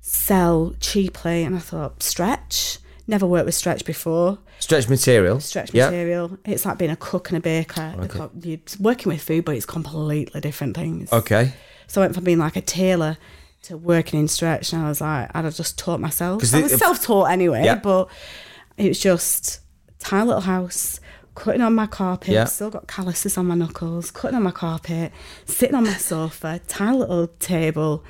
S2: sell cheaply? And I thought, stretch. Never worked with stretch before
S1: Stretch material.
S2: stretch
S1: yeah.
S2: material. It's like being a cook and a baker. The co- You're working with food, but it's completely different things.
S1: Okay.
S2: So I went from being like a tailor to working in stretch, and I was like, I'd have just taught myself.
S1: 'Cause
S2: I
S1: the-
S2: was self-taught anyway,
S1: Yeah.
S2: but it was just tiny little house. Cutting on my carpet,
S1: Yeah.
S2: still got calluses on my knuckles. Cutting on my carpet, sitting on my sofa, tiny little table,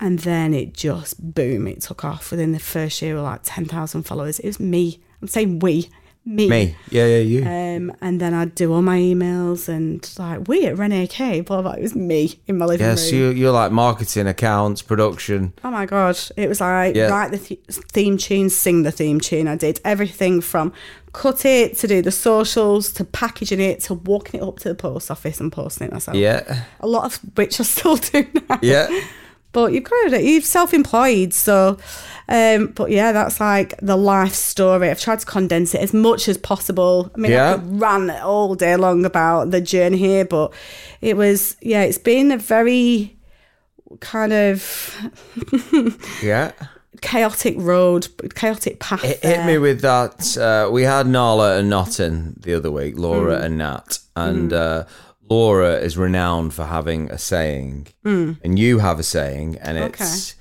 S2: and then it just boom, it took off. Within the first year, we were like ten thousand followers. It was me. I'm saying we,
S1: Me. Yeah, yeah, you.
S2: um, and then I'd do all my emails and like we at Renee K, blah blah. It was me in my living
S1: yeah,
S2: room.
S1: so you, you're like marketing, accounts, production.
S2: oh my god, it was like
S1: Yeah.
S2: write the th- theme tune, sing the theme tune. I did everything from cut it to do the socials to packaging it to walking it up to the post office and posting it myself.
S1: Yeah,
S2: a lot of which I still do now.
S1: yeah.
S2: but you've got it. You're self-employed, so. Um, but yeah, that's like the life story. I've tried to condense it as much as possible. I mean,
S1: Yeah.
S2: I could rant all day long about the journey here, but it was yeah, it's been a very kind of
S1: Yeah.
S2: chaotic road, chaotic path.
S1: It hit me
S2: there.
S1: with that. Uh, we had Nala and Notton the other week,
S2: Mm.
S1: Laura and Nat. And uh, Laura is renowned for having a saying.
S2: Mm.
S1: And you have a saying, and it's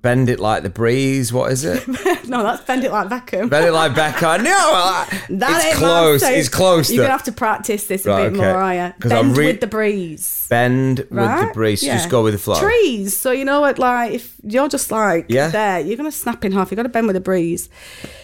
S1: bend it like the breeze. What is it?
S2: no, that's bend it like vacuum.
S1: bend it like Becca. No, I-
S2: That
S1: it's
S2: ain't my
S1: close.
S2: mistake.
S1: It's close.
S2: You're
S1: though.
S2: gonna have to practice this a
S1: Right,
S2: bit
S1: okay.
S2: more, are you?
S1: 'Cause I'm
S2: Bend
S1: re-
S2: with the breeze,
S1: bend
S2: right?
S1: with the breeze.
S2: Yeah.
S1: Just go with the flow.
S2: Trees. So you know what? Like if you're just like
S1: Yeah.
S2: there, you're gonna snap in half. You got to bend with the breeze.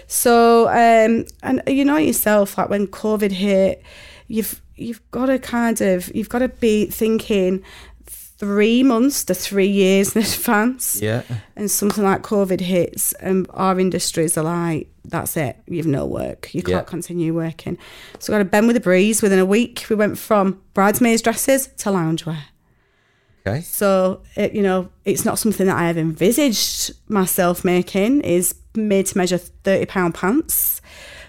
S2: So um, and you know yourself, like when COVID hit, you've you've got to kind of you've got to be thinking three months to three years in advance.
S1: Yeah.
S2: and something like COVID hits, and our industries are like, that's it, you've no work, you
S1: Yeah.
S2: can't continue working. So I got a bend with the breeze. Within a week, we went from bridesmaids' dresses to loungewear.
S1: Okay.
S2: So it, you know, it's not something that I have envisaged myself making. Is made to measure thirty pound pants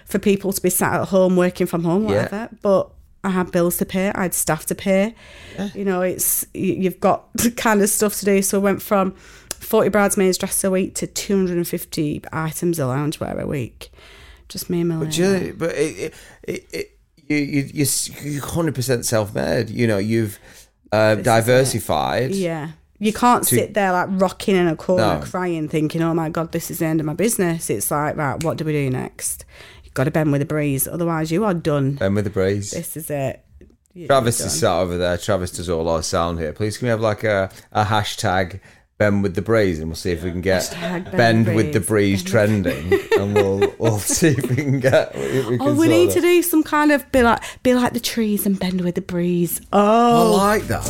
S2: for people to be sat at home working from home,
S1: Yeah.
S2: whatever. But I had bills to pay. I had staff to pay. You know, it's y- you've got kind of stuff to do. So I went from forty bridesmaids dress a week to two hundred and fifty items of loungewear a week. Just me and my.
S1: But you, but it, it, it, you, you, you, s- you're hundred percent self-made. You know, you've uh, diversified.
S2: Yeah. You can't sit there like rocking in a corner
S1: No.
S2: crying, thinking, oh my God, this is the end of my business. It's like, right, what do we do next? You've got to bend with a breeze. Otherwise, you are done.
S1: Bend with the breeze.
S2: This is it. You-
S1: Travis
S2: you're
S1: is
S2: done.
S1: sat over there. Travis does all our sound here. Please can we have like a, a hashtag bend with the breeze and we'll see if we can get
S2: Hashtag
S1: bend,
S2: bend
S1: with the breeze trending and we'll we'll see if we can get if we can
S2: Oh, we
S1: sort
S2: need
S1: it.
S2: to do some kind of be like be like the trees and bend with the breeze.
S1: I
S2: Oh,
S1: like that.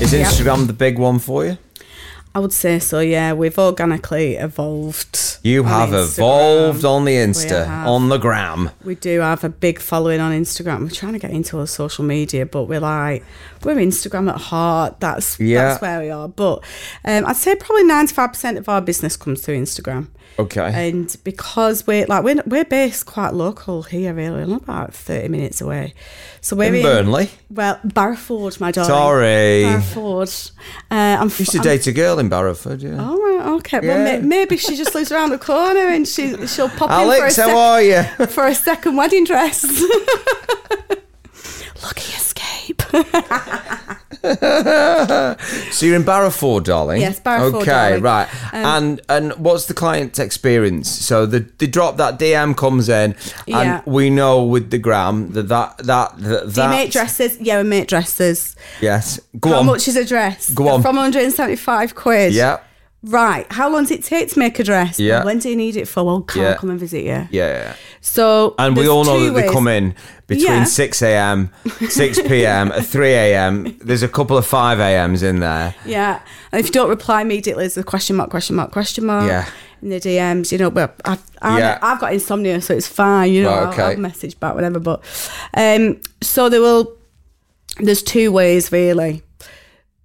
S1: Is Instagram the big one for you?
S2: I would say so. Yeah, we've organically evolved.
S1: You
S2: on
S1: have
S2: Instagram.
S1: evolved on the Insta,
S2: have.
S1: on the gram.
S2: We do have a big following on Instagram. We're trying to get into our social media, but we're like we're Instagram at heart. That's
S1: Yeah.
S2: that's where we are. But um, I'd say probably ninety five percent of our business comes through Instagram.
S1: Okay.
S2: And because we're like we're we're based quite local here, really, I'm about thirty minutes away. So we're
S1: In Burnley.
S2: Well, Barrowford, my darling.
S1: Sorry.
S2: Barrowford. Uh, I'm. Oh.
S1: Used to date a girl in Barrowford, yeah.
S2: All right, okay. Well,
S1: Yeah.
S2: may- maybe she just lives around the corner and she she'll pop in for a
S1: Alex,
S2: sec-
S1: how are you?
S2: for a second wedding dress. Lucky escape.
S1: So you're in Barrowford, darling.
S2: Yes, Barrowford,
S1: Okay,
S2: darling. Um,
S1: right. and and what's the client experience? So the they drop that DM comes in, and
S2: Yeah.
S1: we know with the gram that that that that.
S2: Do you make dresses? Yeah, we make dresses.
S1: Yes. Go
S2: How
S1: on.
S2: much is a dress?
S1: Go on.
S2: From 175 quid.
S1: yeah.
S2: Right. How long does it take to make a dress?
S1: Yeah.
S2: When do you need it for? Well, can I
S1: Yeah.
S2: come and visit you?
S1: Yeah. yeah.
S2: So
S1: And we
S2: there's
S1: all know
S2: two
S1: that they
S2: ways.
S1: come in between
S2: Yeah.
S1: 6 a.m., 6 p.m., at 3 a.m. There's a couple of 5 a.m.s in there.
S2: Yeah. And if you don't reply immediately, there's a question mark, question mark, question mark.
S1: Yeah.
S2: In the DMs, you know, but I, I,
S1: Yeah.
S2: I've got insomnia, so it's fine. You know,
S1: Right,
S2: I'll-
S1: okay.
S2: I'll, message back, whatever. But um, so there will. There's two ways really.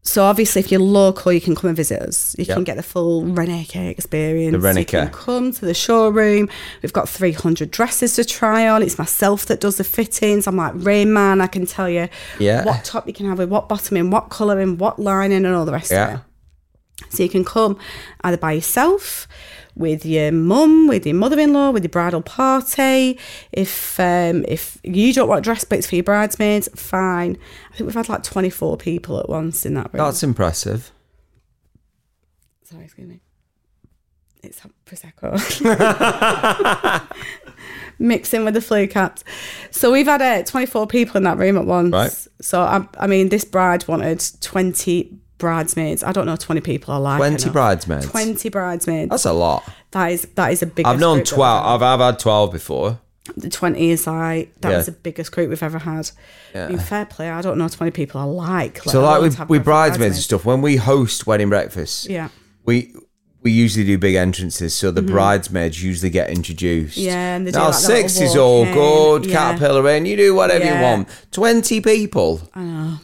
S2: So obviously, if you're local, you can come and visit us. You can
S1: Yep.
S2: get the full Reneke experience.
S1: The Reneke.
S2: You can come to the showroom. We've got 300 dresses to try on. It's myself that does the fittings. I'm like Rain Man. I can tell you
S1: Yeah.
S2: what top you can have with what bottom in, what colour in, what lining, and all the rest
S1: Yeah.
S2: of it. So you can come either by yourself, with your mum, with your mother-in-law, with your bridal party. If um, if you don't want dress, but it's for your bridesmaids, fine. I think we've had like twenty-four people at once in that room.
S1: That's impressive.
S2: Sorry, excuse me. It's a prosecco. Mixing with the flu caps. So we've had uh, 24 people in that room at once.
S1: Right.
S2: So I, I mean, this bride wanted 20 bridesmaids. I don't know, 20 people are like
S1: 20
S2: enough.
S1: bridesmaids.
S2: 20 bridesmaids.
S1: That's a lot.
S2: That is that is a big.
S1: I've known 12. I've, I've had 12 before.
S2: The 20 is like that
S1: Yeah.
S2: was the biggest group we've ever had. In fair play, I don't know 20 people I like. let
S1: So like
S2: alone
S1: with,
S2: to have
S1: with
S2: loads of
S1: bridesmaids and stuff, when we host wedding breakfasts,
S2: Yeah.
S1: we we usually do big entrances, so the bridesmaids usually get introduced.
S2: Mm-hmm. Yeah, and they do
S1: now
S2: like that little
S1: six is all
S2: walk-in,
S1: good.
S2: yeah.
S1: Caterpillar in, you do whatever
S2: Yeah.
S1: you want. Twenty people. I know.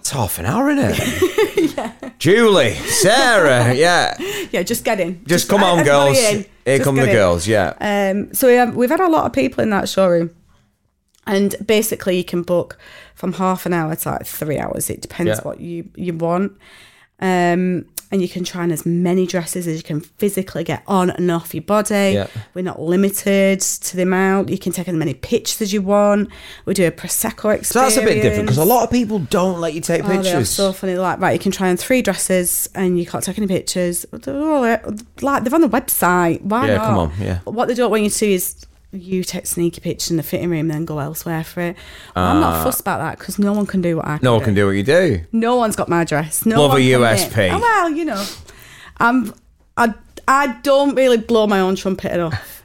S1: It's half an hour, isn't it? Julie, Sarah, yeah.
S2: Yeah, just get in.
S1: Just come on,
S2: everybody
S1: girls.
S2: in.
S1: Here
S2: Just
S1: come
S2: get
S1: the
S2: in.
S1: girls. Yeah.
S2: Um, so we have, we've had a lot of people in that showroom, and basically you can book from half an hour to like three hours. It depends
S1: Yeah.
S2: what you you want. Um, and you can try on as many dresses as you can physically get on and off your body.
S1: Yeah.
S2: We're not limited to the amount. You can take as many pictures as you want. We do a prosecco experience.
S1: So that's a bit different because a lot of people don't let you take
S2: Oh, they are
S1: pictures.
S2: so funny. Like, right, you can try on three dresses and you can't take any pictures. uh, Like, they're on the website. Why
S1: Yeah,
S2: not?
S1: come on, yeah.
S2: What they don't want you to do is you take sneaky pictures in the fitting room, then go elsewhere for it. I'm not fussed about that because no one can do what I can
S1: Ah. no one
S2: do.
S1: can do what you do.
S2: No one's got my dress. No
S1: Love a
S2: one can
S1: USP.
S2: knit. Oh, well, you know, I'm I I don't really blow my own trumpet enough,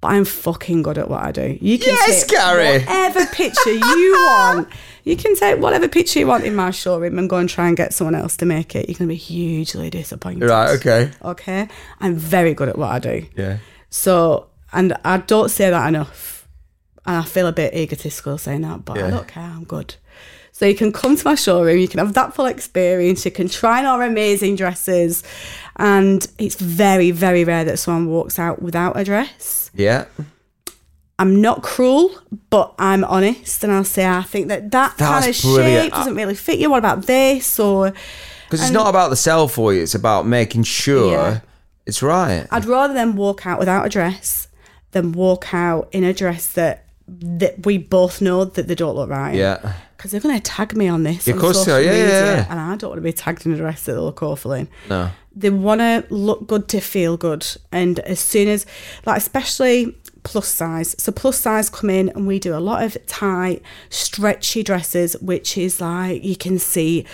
S2: but I'm fucking good at what I do. You can
S1: Yes,
S2: take
S1: Gary.
S2: whatever picture you want. You can take whatever picture you want in my showroom and go and try and get someone else to make it. You're gonna be hugely disappointed.
S1: Right, okay.
S2: Okay. I'm very good at what I do.
S1: Yeah.
S2: So, and I don't say that enough. And I feel a bit egotistical saying that, but
S1: Yeah.
S2: I don't care, I'm good. So you can come to my showroom, you can have that full experience, you can try on our amazing dresses. And it's very, very rare that someone walks out without a dress.
S1: Yeah.
S2: I'm not cruel, but I'm honest. And I'll say, I think that that kind of
S1: That's brilliant.
S2: shape doesn't really fit you. What about this? Or
S1: Because it's not about the sell for you, it's about making sure
S2: Yeah.
S1: it's right.
S2: I'd rather them walk out without a dress than walk out in a dress that that we both know that they don't look right.
S1: yeah.
S2: Because they're going to tag me on this.
S1: Yeah,
S2: on
S1: of course they
S2: social
S1: are. Yeah,
S2: media,
S1: yeah, yeah.
S2: And I don't want to be tagged in a dress that they look awful in.
S1: No.
S2: They want to look good to feel good. And as soon as, like, especially plus size. So plus size come in and we do a lot of tight, stretchy dresses, which is like you can see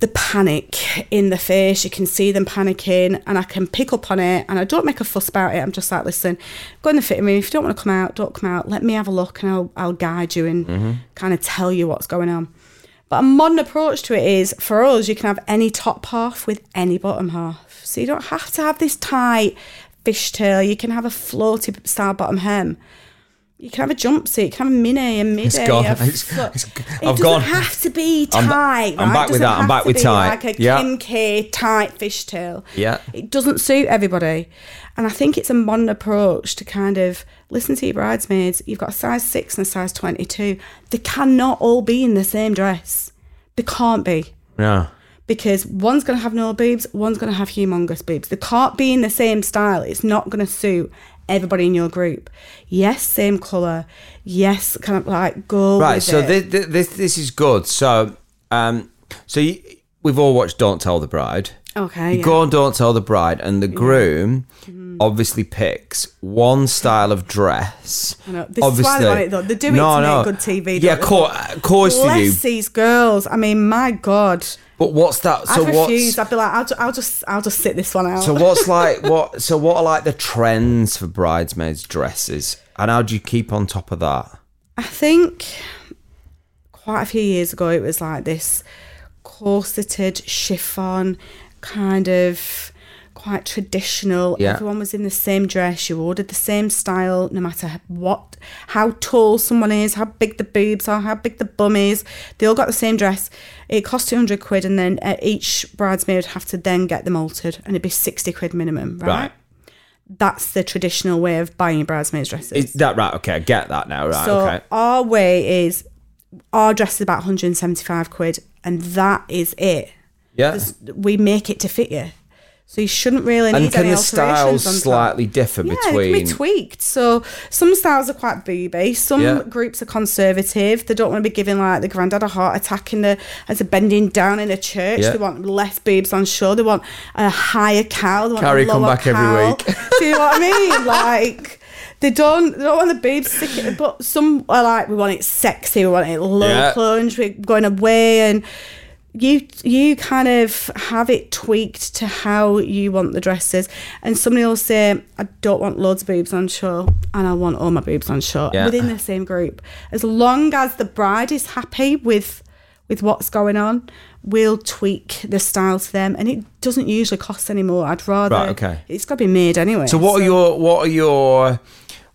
S2: the panic in the face. You can see them panicking, and I can pick up on it. And I don't make a fuss about it. I'm just like, listen, go in the fitting room. If you don't want to come out, don't come out. Let me have a look, and I'll I'll guide you and
S1: Mm-hmm.
S2: kind of tell you what's going on. But a modern approach to it is for us, you can have any top half with any bottom half. So you don't have to have this tight fishtail. You can have a floaty style bottom hem. You can have a jumpsuit, you can have a mini, a midi.
S1: gone.
S2: A
S1: It's-
S2: flo-
S1: it's-
S2: it
S1: I've
S2: doesn't
S1: gone.
S2: have to be
S1: I'm ba-
S2: tight.
S1: I'm
S2: right?
S1: back
S2: It
S1: with
S2: doesn't
S1: that, I'm
S2: have
S1: back
S2: to
S1: with
S2: be
S1: tight.
S2: Like a
S1: Yeah.
S2: Kim K tight fishtail.
S1: Yeah.
S2: It doesn't suit everybody. And I think it's a modern approach to kind of listen to your bridesmaids. You've got a size six and a size 22. They cannot all be in the same dress. They can't be.
S1: No.
S2: Because one's going to have no boobs, one's going to have humongous boobs. They can't be in the same style. It's not going to suit everybody in your group. Yes, same colour. Yes, kind of like go.
S1: Right.
S2: with
S1: So
S2: it.
S1: this, this this is good. So um so you, we've all watched Don't Tell the Bride.
S2: Okay.
S1: You
S2: yeah. Mm-hmm.
S1: go on Don't Tell the Bride, and the groom obviously picks one style of dress.
S2: I know. They swear on it, though. They do it to make good TV,
S1: Yeah,
S2: don't
S1: of
S2: they?
S1: course, of course they do.
S2: Bless these girls. I mean, my God.
S1: But what's that? So
S2: I'd refuse.
S1: what's
S2: I'd be like, I'll, ju- I'll just, I'll just sit this one out.
S1: so what's like what? So what are like the trends for bridesmaids' dresses, and how do you keep on top of that?
S2: I think quite a few years ago, it was like this corseted chiffon kind of quite traditional.
S1: Yeah.
S2: Everyone was in the same dress. You ordered the same style, no matter what, how tall someone is, how big the boobs are, how big the bum is. They all got the same dress. It cost 200 quid, and then uh, each bridesmaid would have to then get them altered, and it'd be 60 quid minimum, right?
S1: Right.
S2: That's the traditional way of buying your bridesmaids' dresses.
S1: Is that right? Okay, I get that now. Right.
S2: So
S1: Ah, okay.
S2: our way is our dress is about 175 quid, and that is it.
S1: Yeah.
S2: There's- We make it to fit you, so you shouldn't really need
S1: And can
S2: any
S1: the
S2: alterations
S1: styles
S2: on top.
S1: slightly differ
S2: Yeah,
S1: between?
S2: they can be tweaked. So some styles are quite booby. Some
S1: Yeah.
S2: groups are conservative. They don't want to be giving like the granddad a heart attack in the as a bending down in a church.
S1: Yeah.
S2: They want less boobs on show. They want a higher cow. They want
S1: Carrie,
S2: a lower
S1: come back every
S2: cow.
S1: week.
S2: Do you know what I mean? Like they don't they don't want the boobs sticking. But some are like we want it sexy. We want it low
S1: Yeah.
S2: plunge. We're going away and. You you kind of have it tweaked to how you want the dresses, and somebody will say, "I don't want loads of boobs on show, and I want all my boobs on show."
S1: Yeah.
S2: Within the same group, as long as the bride is happy with with what's going on, we'll tweak the style to them, and it doesn't usually cost any more. I'd rather
S1: Right, okay.
S2: it's got to be made anyway.
S1: So what are your what are your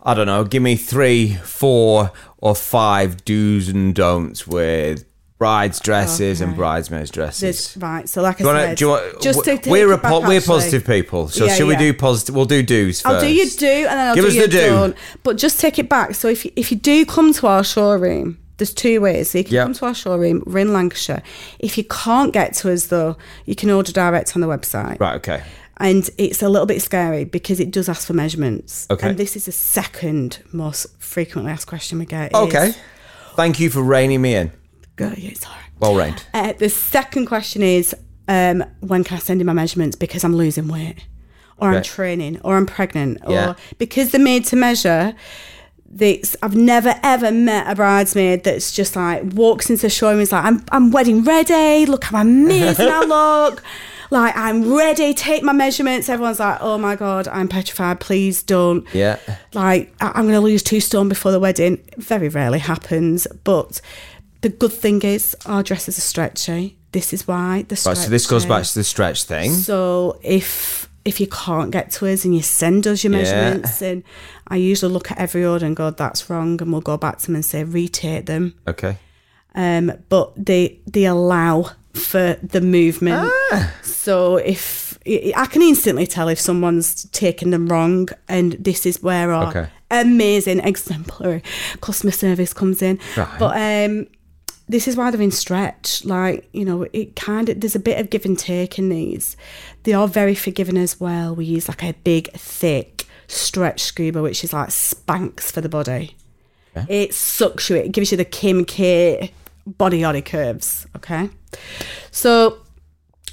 S1: I don't know, give me three, four or five do's and don'ts with brides dresses and
S2: Okay.
S1: bridesmaids
S2: There's-
S1: dresses.
S2: right? So like I
S1: Do you wanna,
S2: said,
S1: do you want,
S2: just to take
S1: we're
S2: it
S1: a
S2: back,
S1: po- we're
S2: actually.
S1: positive people, so
S2: Yeah,
S1: should we
S2: yeah.
S1: do positive? We'll do do's first.
S2: I'll do your do and then I'll
S1: Give
S2: do
S1: us
S2: your
S1: the do.
S2: don't. But just take it back. So if you, if you do come to our showroom, There's two ways. So you can
S1: Yeah.
S2: come to our showroom. We're in Lancashire. If you can't get to us though, you can order direct on the website.
S1: Right, okay.
S2: And it's a little bit scary because it does ask for measurements.
S1: Okay.
S2: And this is the second most frequently asked question we get. is-
S1: Okay. Thank you for reining me in.
S2: Go, yeah, it's all right.
S1: Well reined.
S2: Uh, the second question is um, when can I send in my measurements because I'm losing weight, or I'm
S1: Right.
S2: training, or I'm pregnant,
S1: Yeah.
S2: or because they're made to measure. They, I've never ever met a bridesmaid that's just like walks into the show and is like, I'm, I'm wedding ready. Look how amazing I look. Like, I'm ready. Take my measurements. Everyone's like, oh my God, I'm petrified. Please don't
S1: Yeah.
S2: like I- I'm going to lose two stone before the wedding. Very rarely happens, but the good thing is our dresses are stretchy. This is why the
S1: Right,
S2: stretchy.
S1: so this goes back to the stretch thing.
S2: So if if you can't get to us and you send us your
S1: Yeah.
S2: measurements, and I usually look at every order and go, "That's wrong," and we'll go back to them and say, "Retake them."
S1: Okay.
S2: um, but they they allow for the movement.
S1: Ah.
S2: So if I I can instantly tell if someone's taken them wrong, and this is where our
S1: Okay.
S2: amazing exemplary customer service comes in.
S1: Right.
S2: But um, this is why they're in stretch. Like you know, it kind of there's a bit of give and take in these. They are very forgiving as well. We use like a big thick stretch scuba, which is like spanks for the body. It sucks you. It gives you the Kim K body oddy curves. Okay. So,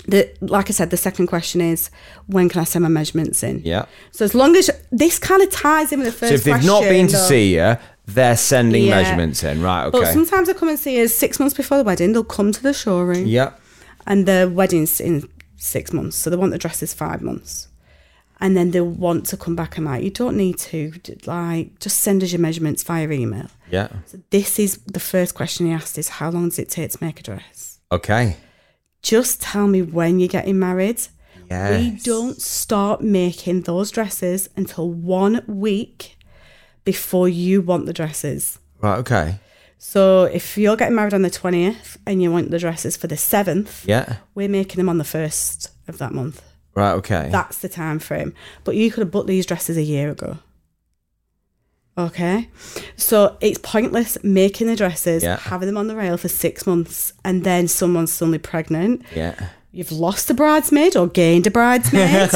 S2: the like I said, the second question is when can I send my measurements in?
S1: Yeah.
S2: So as long as this kind of ties in with the first.
S1: So if they've
S2: question,
S1: not been to
S2: though.
S1: see you, they're sending
S2: Yeah.
S1: measurements in. Right,
S2: But
S1: okay.
S2: sometimes they come and see us six months before the wedding. They'll come to the showroom,
S1: Yeah.
S2: and the wedding's in six months, so they want the dresses five months, and then they'll want to come back and like, you don't need to, like, just send us your measurements via email.
S1: Yeah.
S2: So this is the first question he asked is how long does it take to make a dress?
S1: Okay.
S2: Just tell me when you're getting married.
S1: Yes.
S2: We don't start making those dresses until one week before you want the dresses.
S1: Right, okay.
S2: So if you're getting married on the 20th and you want the dresses for the 7th,
S1: Yeah.
S2: we're making them on the 1st of that month.
S1: Right, okay.
S2: That's the time frame. But you could have bought these dresses a year ago. Okay. So it's pointless making the dresses,
S1: Yeah.
S2: having them on the rail for six months, and then someone's suddenly pregnant.
S1: yeah.
S2: You've lost a bridesmaid or gained a bridesmaid. it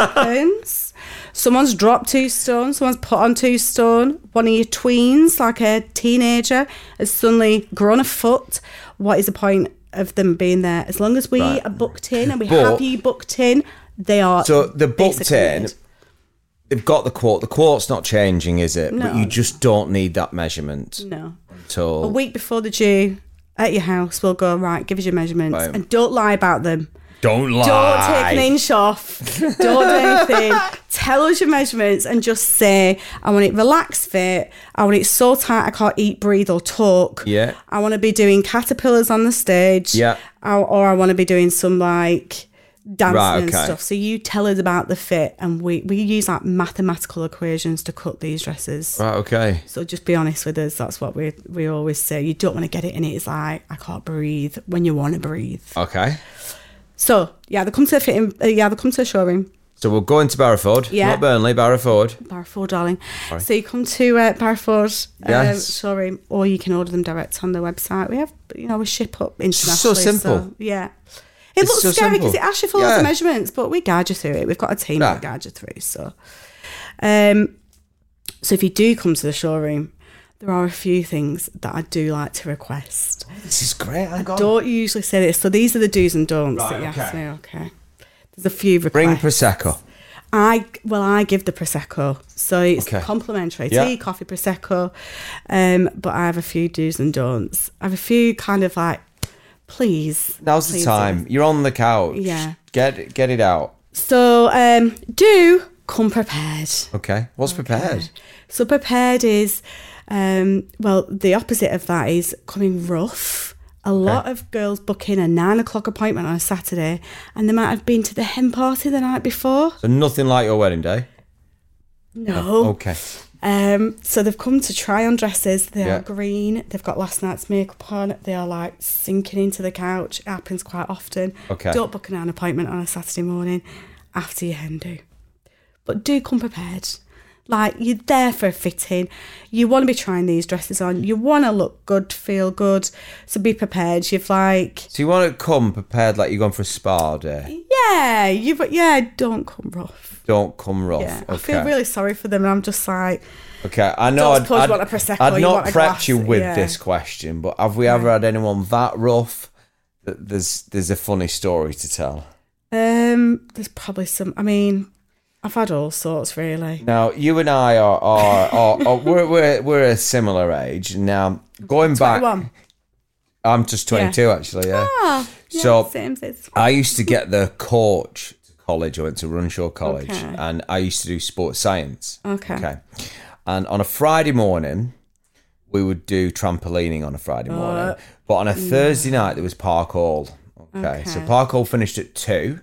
S2: happens. Someone's dropped two stone, someone's put on two stone. One of your tweens, like a teenager, has suddenly grown a foot. What is the point of them being there? As long as we
S1: Right.
S2: are booked in and we
S1: But-
S2: have you booked in, they are.
S1: So they're booked
S2: basically
S1: in.
S2: it.
S1: They've got the quote. The quote's not changing, is it? But
S2: No.
S1: you just don't need that measurement
S2: No.
S1: at all.
S2: A week before the due at your house, we'll go, right, give us your measurements
S1: Right.
S2: and don't lie about them.
S1: Don't lie.
S2: Don't take an inch off. Don't do anything. Tell us your measurements and just say, I want it relaxed fit. I want it so tight I can't eat, breathe, or talk.
S1: Yeah.
S2: I want to be doing caterpillars on the stage.
S1: Yeah.
S2: I- or I want to be doing some like dancing
S1: Right,
S2: and
S1: okay.
S2: stuff. So you tell us about the fit, and we, we use like mathematical equations to cut these dresses.
S1: Right, okay.
S2: So just be honest with us. That's what we we always say. You don't want to get it in it. It's like I can't breathe when you want to breathe.
S1: Okay.
S2: So yeah, they come to the fitting. Uh, yeah, they come to the showroom.
S1: So we'll go into Barrowford.
S2: Yeah.
S1: Not Burnley, Barrowford.
S2: Barford, darling. So you come to uh, Barford um,
S1: Yes.
S2: showroom, or you can order them direct on the website. We have, you know, we ship up internationally.
S1: simple.
S2: yeah. It
S1: It's
S2: looks
S1: so
S2: scary because
S1: simple.
S2: it asks you for lots
S1: Yeah.
S2: of measurements, but we guide you through it. We've got a team
S1: Yeah.
S2: that guide you through. So, um, so if you do come to the showroom, there are a few things that I do like to request.
S1: This is great. I got
S2: Don't usually say this. So these are the do's and don'ts
S1: Right,
S2: that you ask
S1: okay.
S2: me. Okay. There's a few requests.
S1: Bring Prosecco.
S2: I well, I give the prosecco, so it's
S1: Okay.
S2: complimentary
S1: Yeah.
S2: tea, coffee, prosecco. Um, but I have a few do's and don'ts. I have a few kind of like, please.
S1: Now's the
S2: please,
S1: time. You're on the couch.
S2: Yeah.
S1: Get get it out.
S2: So um, do come prepared.
S1: Okay. What's prepared?
S2: So prepared is, um, well, the opposite of that is coming rough. A lot of girls book in a nine o'clock appointment on a Saturday, and they might have been to the hen party the night before.
S1: So nothing like your wedding day.
S2: No.
S1: Okay.
S2: Um, so they've come to try on dresses. They
S1: Yeah.
S2: are green. They've got last night's makeup on. They are like sinking into the couch. It happens quite often.
S1: Okay.
S2: Don't book an appointment on a Saturday morning after your hen do. But do come prepared. Like you're there for a fitting. You want to be trying these dresses on. You want to look good, feel good. So be prepared. You've like,
S1: So you want to come prepared like you're going for a spa day.
S2: yeah, you've yeah. Don't come rough.
S1: Don't come rough.
S2: Yeah,
S1: okay.
S2: I feel really sorry for them. And I'm just like,
S1: Okay, I know.
S2: Don't
S1: I'd,
S2: suppose you
S1: I'd,
S2: want a Prosecco,
S1: I'd
S2: you
S1: not
S2: want a
S1: prepped
S2: glass,
S1: you with
S2: yeah.
S1: this question, but have we ever had anyone that rough? Th- There's there's a funny story to tell.
S2: um, there's probably some. I mean, I've had all sorts really.
S1: Now you and I are are, are, are we're, we're we're a similar age. Now going back,
S2: One.
S1: I'm just 22 actually. Yeah.
S2: Ah, yeah,
S1: So-
S2: same, same.
S1: I used to get the coach to college. I went to Runshaw College,
S2: Okay.
S1: and I used to do sports science.
S2: Okay.
S1: Okay. And on a Friday morning, we would do trampolining on a Friday morning.
S2: Uh,
S1: but on a Thursday night, there was park all. Okay. So
S2: Okay.
S1: park all finished at two.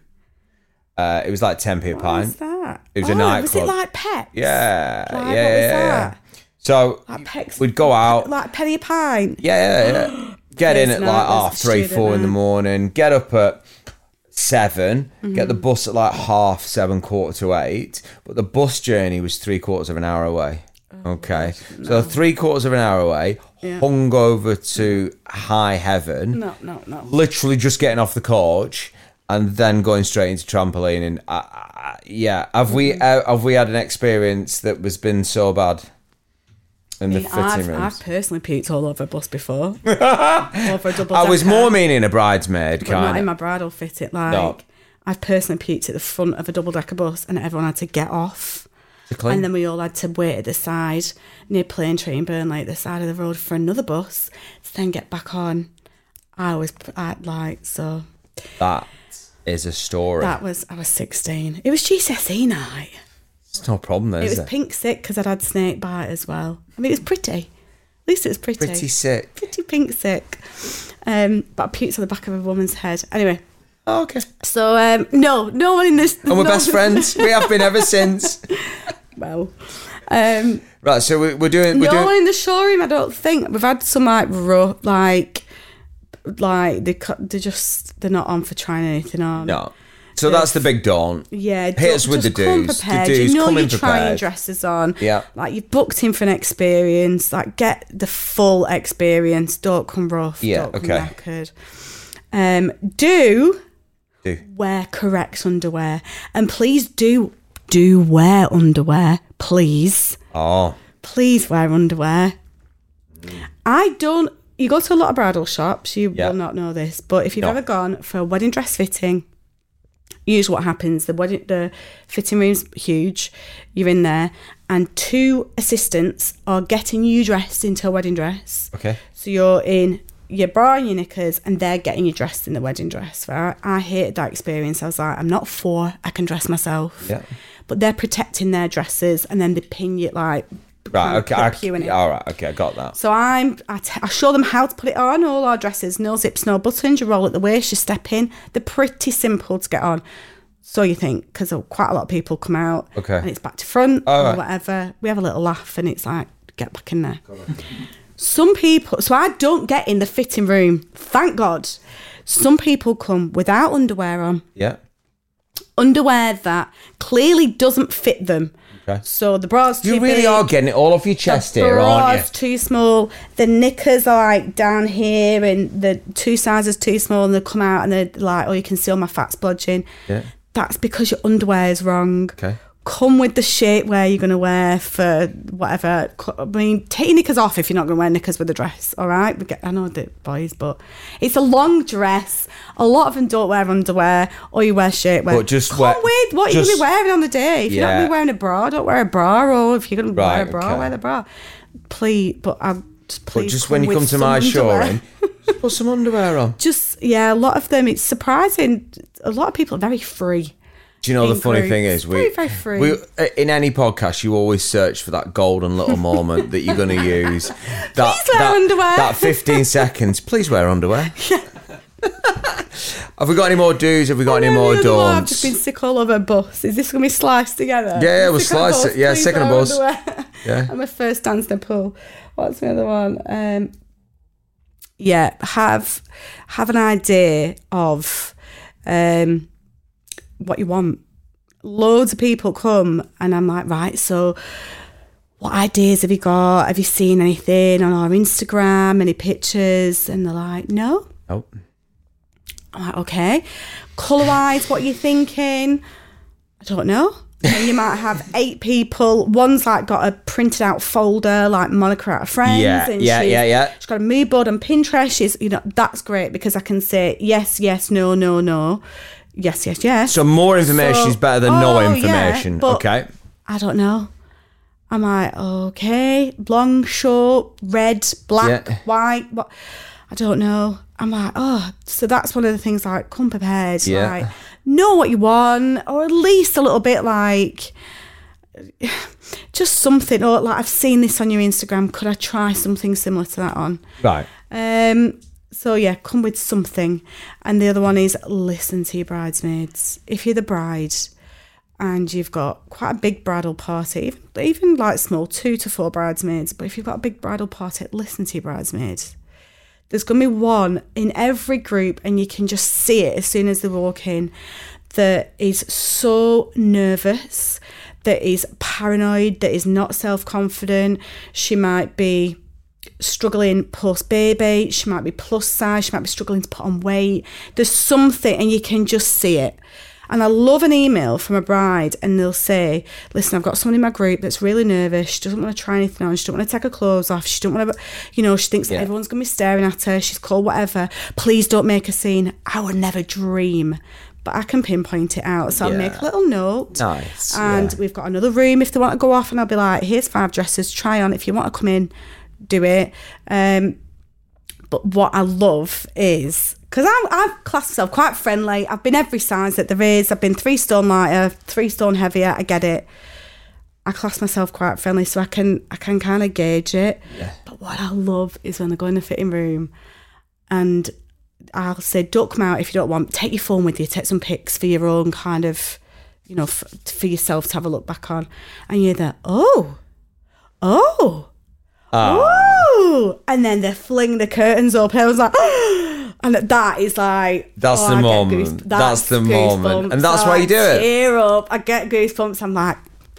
S1: Uh, it was like 10p a
S2: What
S1: pint.
S2: was that? Oh,
S1: It was a
S2: Was
S1: nightclub.
S2: it like Pets?
S1: Yeah. yeah.
S2: Like, what was
S1: yeah,
S2: that?
S1: yeah. So
S2: Like Pecs.
S1: we'd go out.
S2: Like penny a pint.
S1: Yeah, yeah, yeah. Get in
S2: Yes,
S1: at
S2: no,
S1: like
S2: that's
S1: half three,
S2: student
S1: four in the
S2: night.
S1: morning. Get up at 7
S2: Mm-hmm.
S1: Get the bus at like half seven, quarter to eight. But the bus journey was three quarters of an hour away.
S2: Oh,
S1: okay, so three quarters of an hour away. Hung over to high heaven.
S2: No, no, no.
S1: Literally just getting off the coach and then going straight into trampoline. And I, I, yeah, have
S2: Mm-hmm.
S1: we uh, have we had an experience that was been so bad in the fitting
S2: I've,
S1: rooms?
S2: I've personally puked all over a bus before. over a double
S1: I was
S2: decker,
S1: more meaning a bridesmaid
S2: but not in
S1: kind
S2: my
S1: of.
S2: bridal fit. It like
S1: No.
S2: I've personally puked at the front of a double decker bus, and everyone had to get off. And then we all had to wait at the side near Plain Train Burnley, at the side of the road for another bus to then get back on. I was I, like, so
S1: That is a story.
S2: that was, I was 16. It was GCSE E night.
S1: it's no problem, though,
S2: It
S1: is
S2: was
S1: it?
S2: pink sick because I'd had snake bite as well. I mean, it was pretty. At least it was pretty.
S1: Pretty sick.
S2: Pretty pink sick. Um, but I puked on the back of a woman's head. Anyway,
S1: Oh, okay.
S2: so um, no, no one in this.
S1: And we're
S2: no-
S1: best friends. We have been ever since.
S2: Well, um,
S1: Right, so we, we're doing. We're
S2: no one
S1: doing
S2: in the showroom. I don't think we've had some like rough, like, like they cut- they're just they're not on for trying anything on.
S1: no. So that's the big dawn.
S2: Yeah,
S1: Hit us with the
S2: come
S1: do's. The
S2: prepared.
S1: do's,
S2: you know
S1: come in
S2: you're trying
S1: prepared.
S2: dresses on.
S1: Yeah.
S2: like you've booked in for an experience. Like get the full experience. Don't come rough.
S1: Yeah,
S2: Don't
S1: okay.
S2: Come knackered. um, do
S1: Do.
S2: wear correct underwear, and please do do wear underwear. Please,
S1: Oh,
S2: please wear underwear. I don't. You go to a lot of bridal shops. You
S1: Mm. Yeah.
S2: will not know this, but if you've
S1: No.
S2: ever gone for a wedding dress fitting, usually what happens the wedding the fitting room's huge you're in there and two assistants are getting you dressed into a wedding dress
S1: okay.
S2: so you're in your bra and your knickers and they're getting you dressed in the wedding dress right i hated that experience i was like i'm not four i can dress myself
S1: Yeah.
S2: but they're protecting their dresses and then they pin you like
S1: Right, okay. I,
S2: clip you in it.
S1: all right, okay. I got that.
S2: So I'm, I, t- I show them how to put it on, all our dresses, no zips, no buttons, you roll at the waist, you step in. They're pretty simple to get on. So you think, because quite a lot of people come out
S1: Okay.
S2: and it's back to front
S1: All
S2: or
S1: right.
S2: whatever. We have a little laugh and it's like, get back in there. Some people, so I don't get in the fitting room, thank God. Some people come without underwear on
S1: Yeah.
S2: underwear that clearly doesn't fit them.
S1: Okay.
S2: So the bra's
S1: You
S2: too
S1: really
S2: big,
S1: are getting it all off your chest
S2: the
S1: here, aren't
S2: bra's too small. The knickers are like down here, and the two sizes too small, and they come out and they're like, "Oh, you can see all my fat splodging."
S1: Yeah.
S2: That's because your underwear is wrong.
S1: Okay.
S2: Come with the shapewear you're going to wear for whatever. Co- I mean, take your knickers off if you're not going to wear knickers with a dress, all right? We get, I know the boys, but it's a long dress. A lot of them don't wear underwear or you wear shapewear.
S1: But just
S2: Come
S1: wear-
S2: with what you're going
S1: just-
S2: to be wearing on the day. If you're not
S1: Yeah.
S2: going to be wearing a bra, don't wear a bra. Or if you're going to
S1: Right,
S2: wear a bra,
S1: okay.
S2: wear the bra. Please, but I'm just
S1: you? But
S2: please.
S1: just when you
S2: with
S1: come to
S2: some
S1: my
S2: underwear.
S1: showroom, just put some underwear on.
S2: Just, yeah, a lot of them, it's surprising. A lot of people are very free.
S1: Do you know the
S2: Being
S1: funny
S2: crude.
S1: thing is,
S2: It's
S1: we,
S2: very, very free.
S1: we uh, in any podcast, you always search for that golden little moment that you're going to use. That,
S2: wear
S1: that,
S2: underwear.
S1: That 15 seconds. Please wear underwear. Have we got any more do's? Have we got any more
S2: Another one, I've
S1: don'ts?
S2: just been sick all over a bus. Is this going to be sliced together?
S1: Yeah, yeah, we'll
S2: Sick on a
S1: slice
S2: bus,
S1: it. Yeah,
S2: please
S1: sick on a
S2: wear
S1: bus.
S2: underwear.
S1: Yeah.
S2: I'm a first dance in the pool. What's the other one? Um, yeah, have have an idea of um, what you want. loads of people come, and I'm like, right, so what ideas have you got? Have you seen anything on our Instagram? Any pictures? And they're like, no.
S1: Oh,
S2: I'm like, okay. Colour wise, what are you thinking? I don't know. And you might have eight people. One's like got a printed out folder, like Monica out of friends.
S1: Yeah,
S2: and
S1: yeah,
S2: she's-
S1: yeah, yeah.
S2: She's got a mood board on Pinterest. She's, you know, that's great because I can say yes, yes, no, no, no, yes, yes, yes.
S1: so more information
S2: So-
S1: is better than
S2: Oh,
S1: no
S2: yeah,
S1: information.
S2: but-
S1: okay.
S2: I don't know. I'm like, okay, long, short, red, black,
S1: Yeah.
S2: white, what? I don't know. I'm like, oh, so that's one of the things like come prepared,
S1: Yeah.
S2: like know what you want, or at least a little bit like just something. Or like I've seen this on your Instagram, could I try something similar to that on?
S1: Right.
S2: Um, so yeah, come with something. And the other one is listen to your bridesmaids. If you're the bride and you've got quite a big bridal party, even, even like small, two to four bridesmaids, but if you've got a big bridal party, listen to your bridesmaids. There's going to be one in every group, and you can just see it as soon as they walk in that is so nervous, that is paranoid, that is not self confident. She might be struggling post baby, she might be plus size, she might be struggling to put on weight. There's something, and you can just see it. And I love an email from a bride, and they'll say, "Listen, I've got someone in my group that's really nervous. She doesn't want to try anything on. She don't want to take her clothes off. She don't want to, you know, she thinks that
S1: Yeah.
S2: everyone's going to be staring at her. She's called whatever. Please don't make a scene. I would never dream, but I can pinpoint it out. So I'll make
S1: Yeah.
S2: a little note.
S1: Nice,
S2: And
S1: yeah.
S2: we've got another room if they want to go off, and I'll be like, "Here's five dresses. Try on. If you want to come in, do it." Um, but what I love is because I've classed myself quite friendly. I've been every size that there is. I've been three stone lighter, three stone heavier. I get it. I class myself quite friendly, so I can I can kind of gauge it. But what I love is when I go in the fitting room, and I'll say, "Don't come out if you don't want. Take your phone with you. Take some pics for your own kind of, you know, f- for yourself to have a look back on." And you're there. Oh, oh.
S1: Ah.
S2: Oh, and then they fling the curtains up. I was like, and that is like
S1: That's
S2: oh,
S1: the
S2: I get
S1: moment.
S2: goose-
S1: That's the moment. And that's
S2: I,
S1: why you do it.
S2: Tear up. I get goosebumps. I'm like,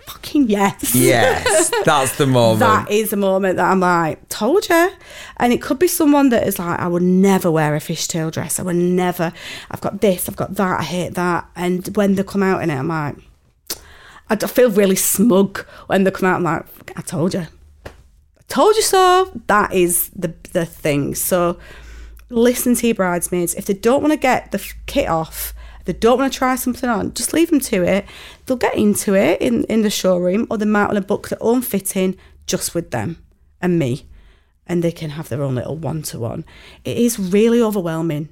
S2: fucking yes.
S1: Yes, that's the moment.
S2: That is a moment that I'm like, told you. And it could be someone that is like, I would never wear a fishtail dress. I would never. I've got this, I've got that, I hate that. And when they come out in it, I'm like, I d- feel really smug when they come out. I'm like, "Fuck, I told you. I told you so. That is the, the thing. So listen to your bridesmaids. If they don't want to get the f- kit off, if they don't want to try something on, just leave them to it. They'll get into it in, in the showroom or they might want to book their own fitting just with them and me. And they can have their own little one to one. It is really overwhelming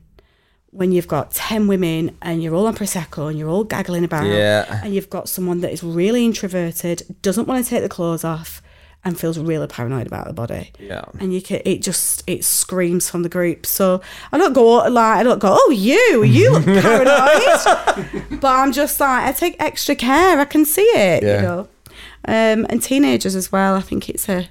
S2: when you've got 10 women and you're all on Prosecco and you're all gaggling about
S1: Yeah.
S2: and you've got someone that is really introverted, doesn't want to take the clothes off, and feels really paranoid about the body.
S1: Yeah.
S2: And you can, it just, it screams from the group. So I don't go, like, I don't go, oh, you, you look paranoid. but I'm just like, I take extra care. I can see it,
S1: Yeah.
S2: you know. Um, and teenagers as well. I think it's a,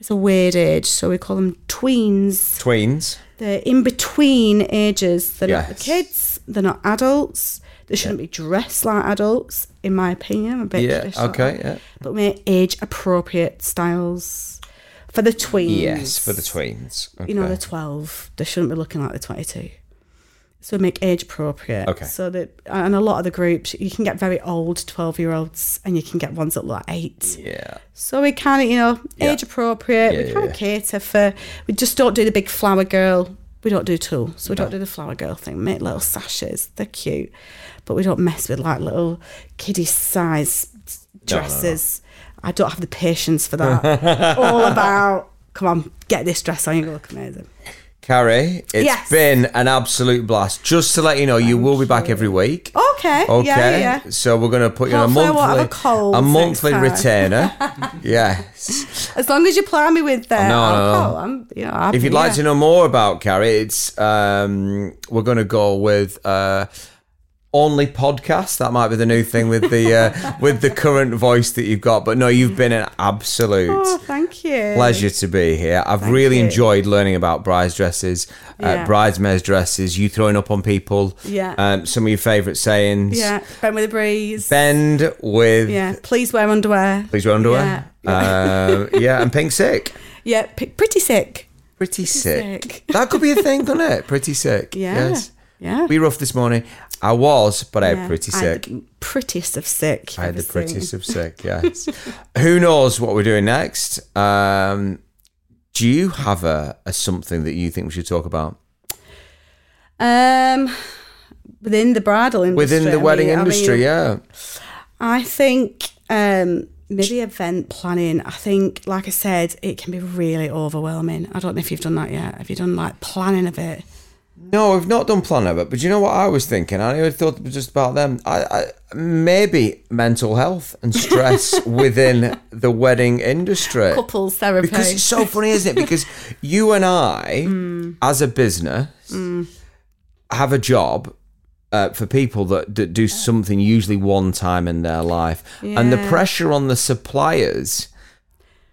S2: it's a weird age. So we call them tweens.
S1: Tweens.
S2: They're in between ages. They're not
S1: Yes.
S2: the kids. They're not adults. They shouldn't be dressed like adults, in my opinion. I'm a bit
S1: Yeah.
S2: traditional.
S1: Okay. Yeah.
S2: But we're age appropriate styles for the tweens.
S1: Yes, for the tweens. Okay.
S2: You know, they're 12. They shouldn't be looking like they're 22. So we make age appropriate.
S1: Okay.
S2: So that, and a lot of the groups, you can get very old 12 year olds and you can get ones that look like eight.
S1: yeah.
S2: So we kind of, you know,
S1: Yeah.
S2: age appropriate.
S1: Yeah,
S2: we
S1: yeah,
S2: kind
S1: yeah.
S2: of cater for. We just don't do the big flower girl. We don't do tool, so we don't do the flower girl thing. We Make little sashes. They're cute, but we don't mess with like little kiddie size dresses. I don't have the patience for that. All about. Come on, get this dress on. You look amazing.
S1: Carrie, it's
S2: Yes.
S1: been an absolute blast. Just to let you know, you will be back every week.
S2: Okay.
S1: Okay.
S2: Oh, Yeah. Yeah. yeah.
S1: So we're going to put you
S2: Hopefully I
S1: on a
S2: won't have
S1: monthly
S2: a cold next
S1: monthly
S2: time.
S1: retainer. yes.
S2: As long as you ply me with the
S1: no, no.
S2: alcohol, I'm. You know, I'm,
S1: If you'd like to know more about Carrie, it's um, we're going to go with uh, only podcast. That might be the new thing with the uh, with the current voice that you've got. But no, you've been an absolute
S2: Oh, thank you.
S1: pleasure to be here. I've really
S2: you.
S1: enjoyed learning about brides dresses, uh,
S2: Yeah.
S1: bridesmaids dresses. You throwing up on people.
S2: Yeah.
S1: Um, some of your favourite sayings.
S2: Yeah, bend with a breeze.
S1: Bend with.
S2: yeah, please wear underwear.
S1: Please wear underwear.
S2: Yeah.
S1: Um, yeah, and pink sick.
S2: Yeah, p- pretty sick.
S1: Pretty sick.
S2: sick.
S1: That could be a thing, couldn't it? Pretty sick.
S2: Yeah.
S1: Yes.
S2: Yeah.
S1: We rough this morning. I was, but I had
S2: Yeah,
S1: pretty
S2: I
S1: sick.
S2: had the prettiest of sick.
S1: I had the
S2: I've ever seen.
S1: prettiest of sick, yes. Who knows what we're doing next? Um, do you have a, a something that you think we should talk about?
S2: Um, within the bridal industry.
S1: Within
S2: I
S1: the wedding
S2: mean- I
S1: industry,
S2: mean,
S1: yeah.
S2: I think um, maybe event planning. I think, like I said, it can be really overwhelming. I don't know if you've done that yet. Have you done like planning of it?
S1: No, I've not done Planet, but, but do you know what I was thinking? I never thought just about them. I, I maybe mental health and stress within the wedding industry.
S2: Couples therapy.
S1: Because it's so funny, isn't it? Because you and I,
S2: Mm.
S1: as a business, have a job uh, for people that, that do something usually one time in their life, and the
S2: Yeah.
S1: pressure on the suppliers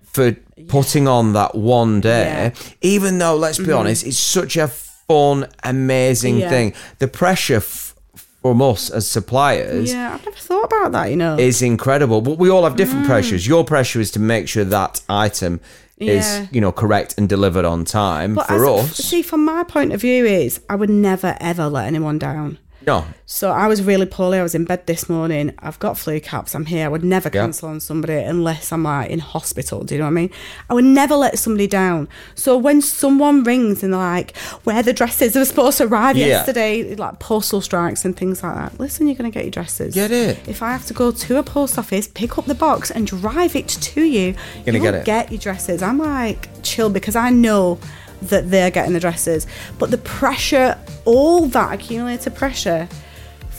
S1: for putting on that one day, even though, let's be honest, it's such a fun, amazing
S2: Mm-hmm. Yeah.
S1: thing. The pressure f- from us as suppliers
S2: yeah, I've never thought about that. You know.
S1: is incredible. But we all have
S2: Mm.
S1: different pressures. Your pressure is to make sure that item
S2: Yeah.
S1: is, you know, correct and delivered on time
S2: but
S1: for
S2: as-
S1: us.
S2: see, from my point of view, is I would never ever let anyone down.
S1: no.
S2: So I was really poorly. I was in bed this morning. I've got flu caps. I'm here. I would never
S1: Yeah.
S2: cancel on somebody unless I'm like in hospital. Do you know what I mean? I would never let somebody down. So when someone rings and they're like, "Where the dresses they were supposed to arrive
S1: Yeah.
S2: yesterday," like postal strikes and things like that. Listen, you're going to get your dresses.
S1: Get it.
S2: If I have to go to a post office, pick up the box and drive it to you,
S1: Gonna
S2: you'll
S1: get it.
S2: your dresses. I'm like chill because I know that they're getting the dresses, but the pressure, all that accumulated pressure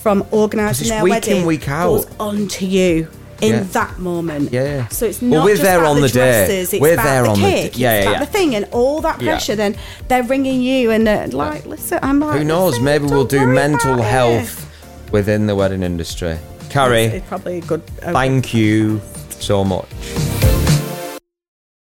S2: from organising
S1: it's
S2: their
S1: week in,
S2: wedding
S1: week out.
S2: goes onto you in
S1: Yeah.
S2: that moment.
S1: Yeah, yeah.
S2: So it's
S1: Well,
S2: not
S1: we're
S2: just
S1: there
S2: about
S1: on the
S2: the
S1: day.
S2: dresses. It's
S1: We're
S2: about
S1: there
S2: the
S1: on the
S2: cake.
S1: d- yeah,
S2: it's
S1: yeah,
S2: about
S1: yeah.
S2: the thing and all that
S1: Yeah.
S2: pressure. Then they're ringing you and they're like, listen, I'm like,
S1: Who knows?
S2: "Listen,
S1: Maybe we'll
S2: don't
S1: do
S2: worry
S1: mental
S2: about it."
S1: health within the wedding industry.
S2: It's
S1: Carrie,
S2: probably a good. a
S1: thank you so much.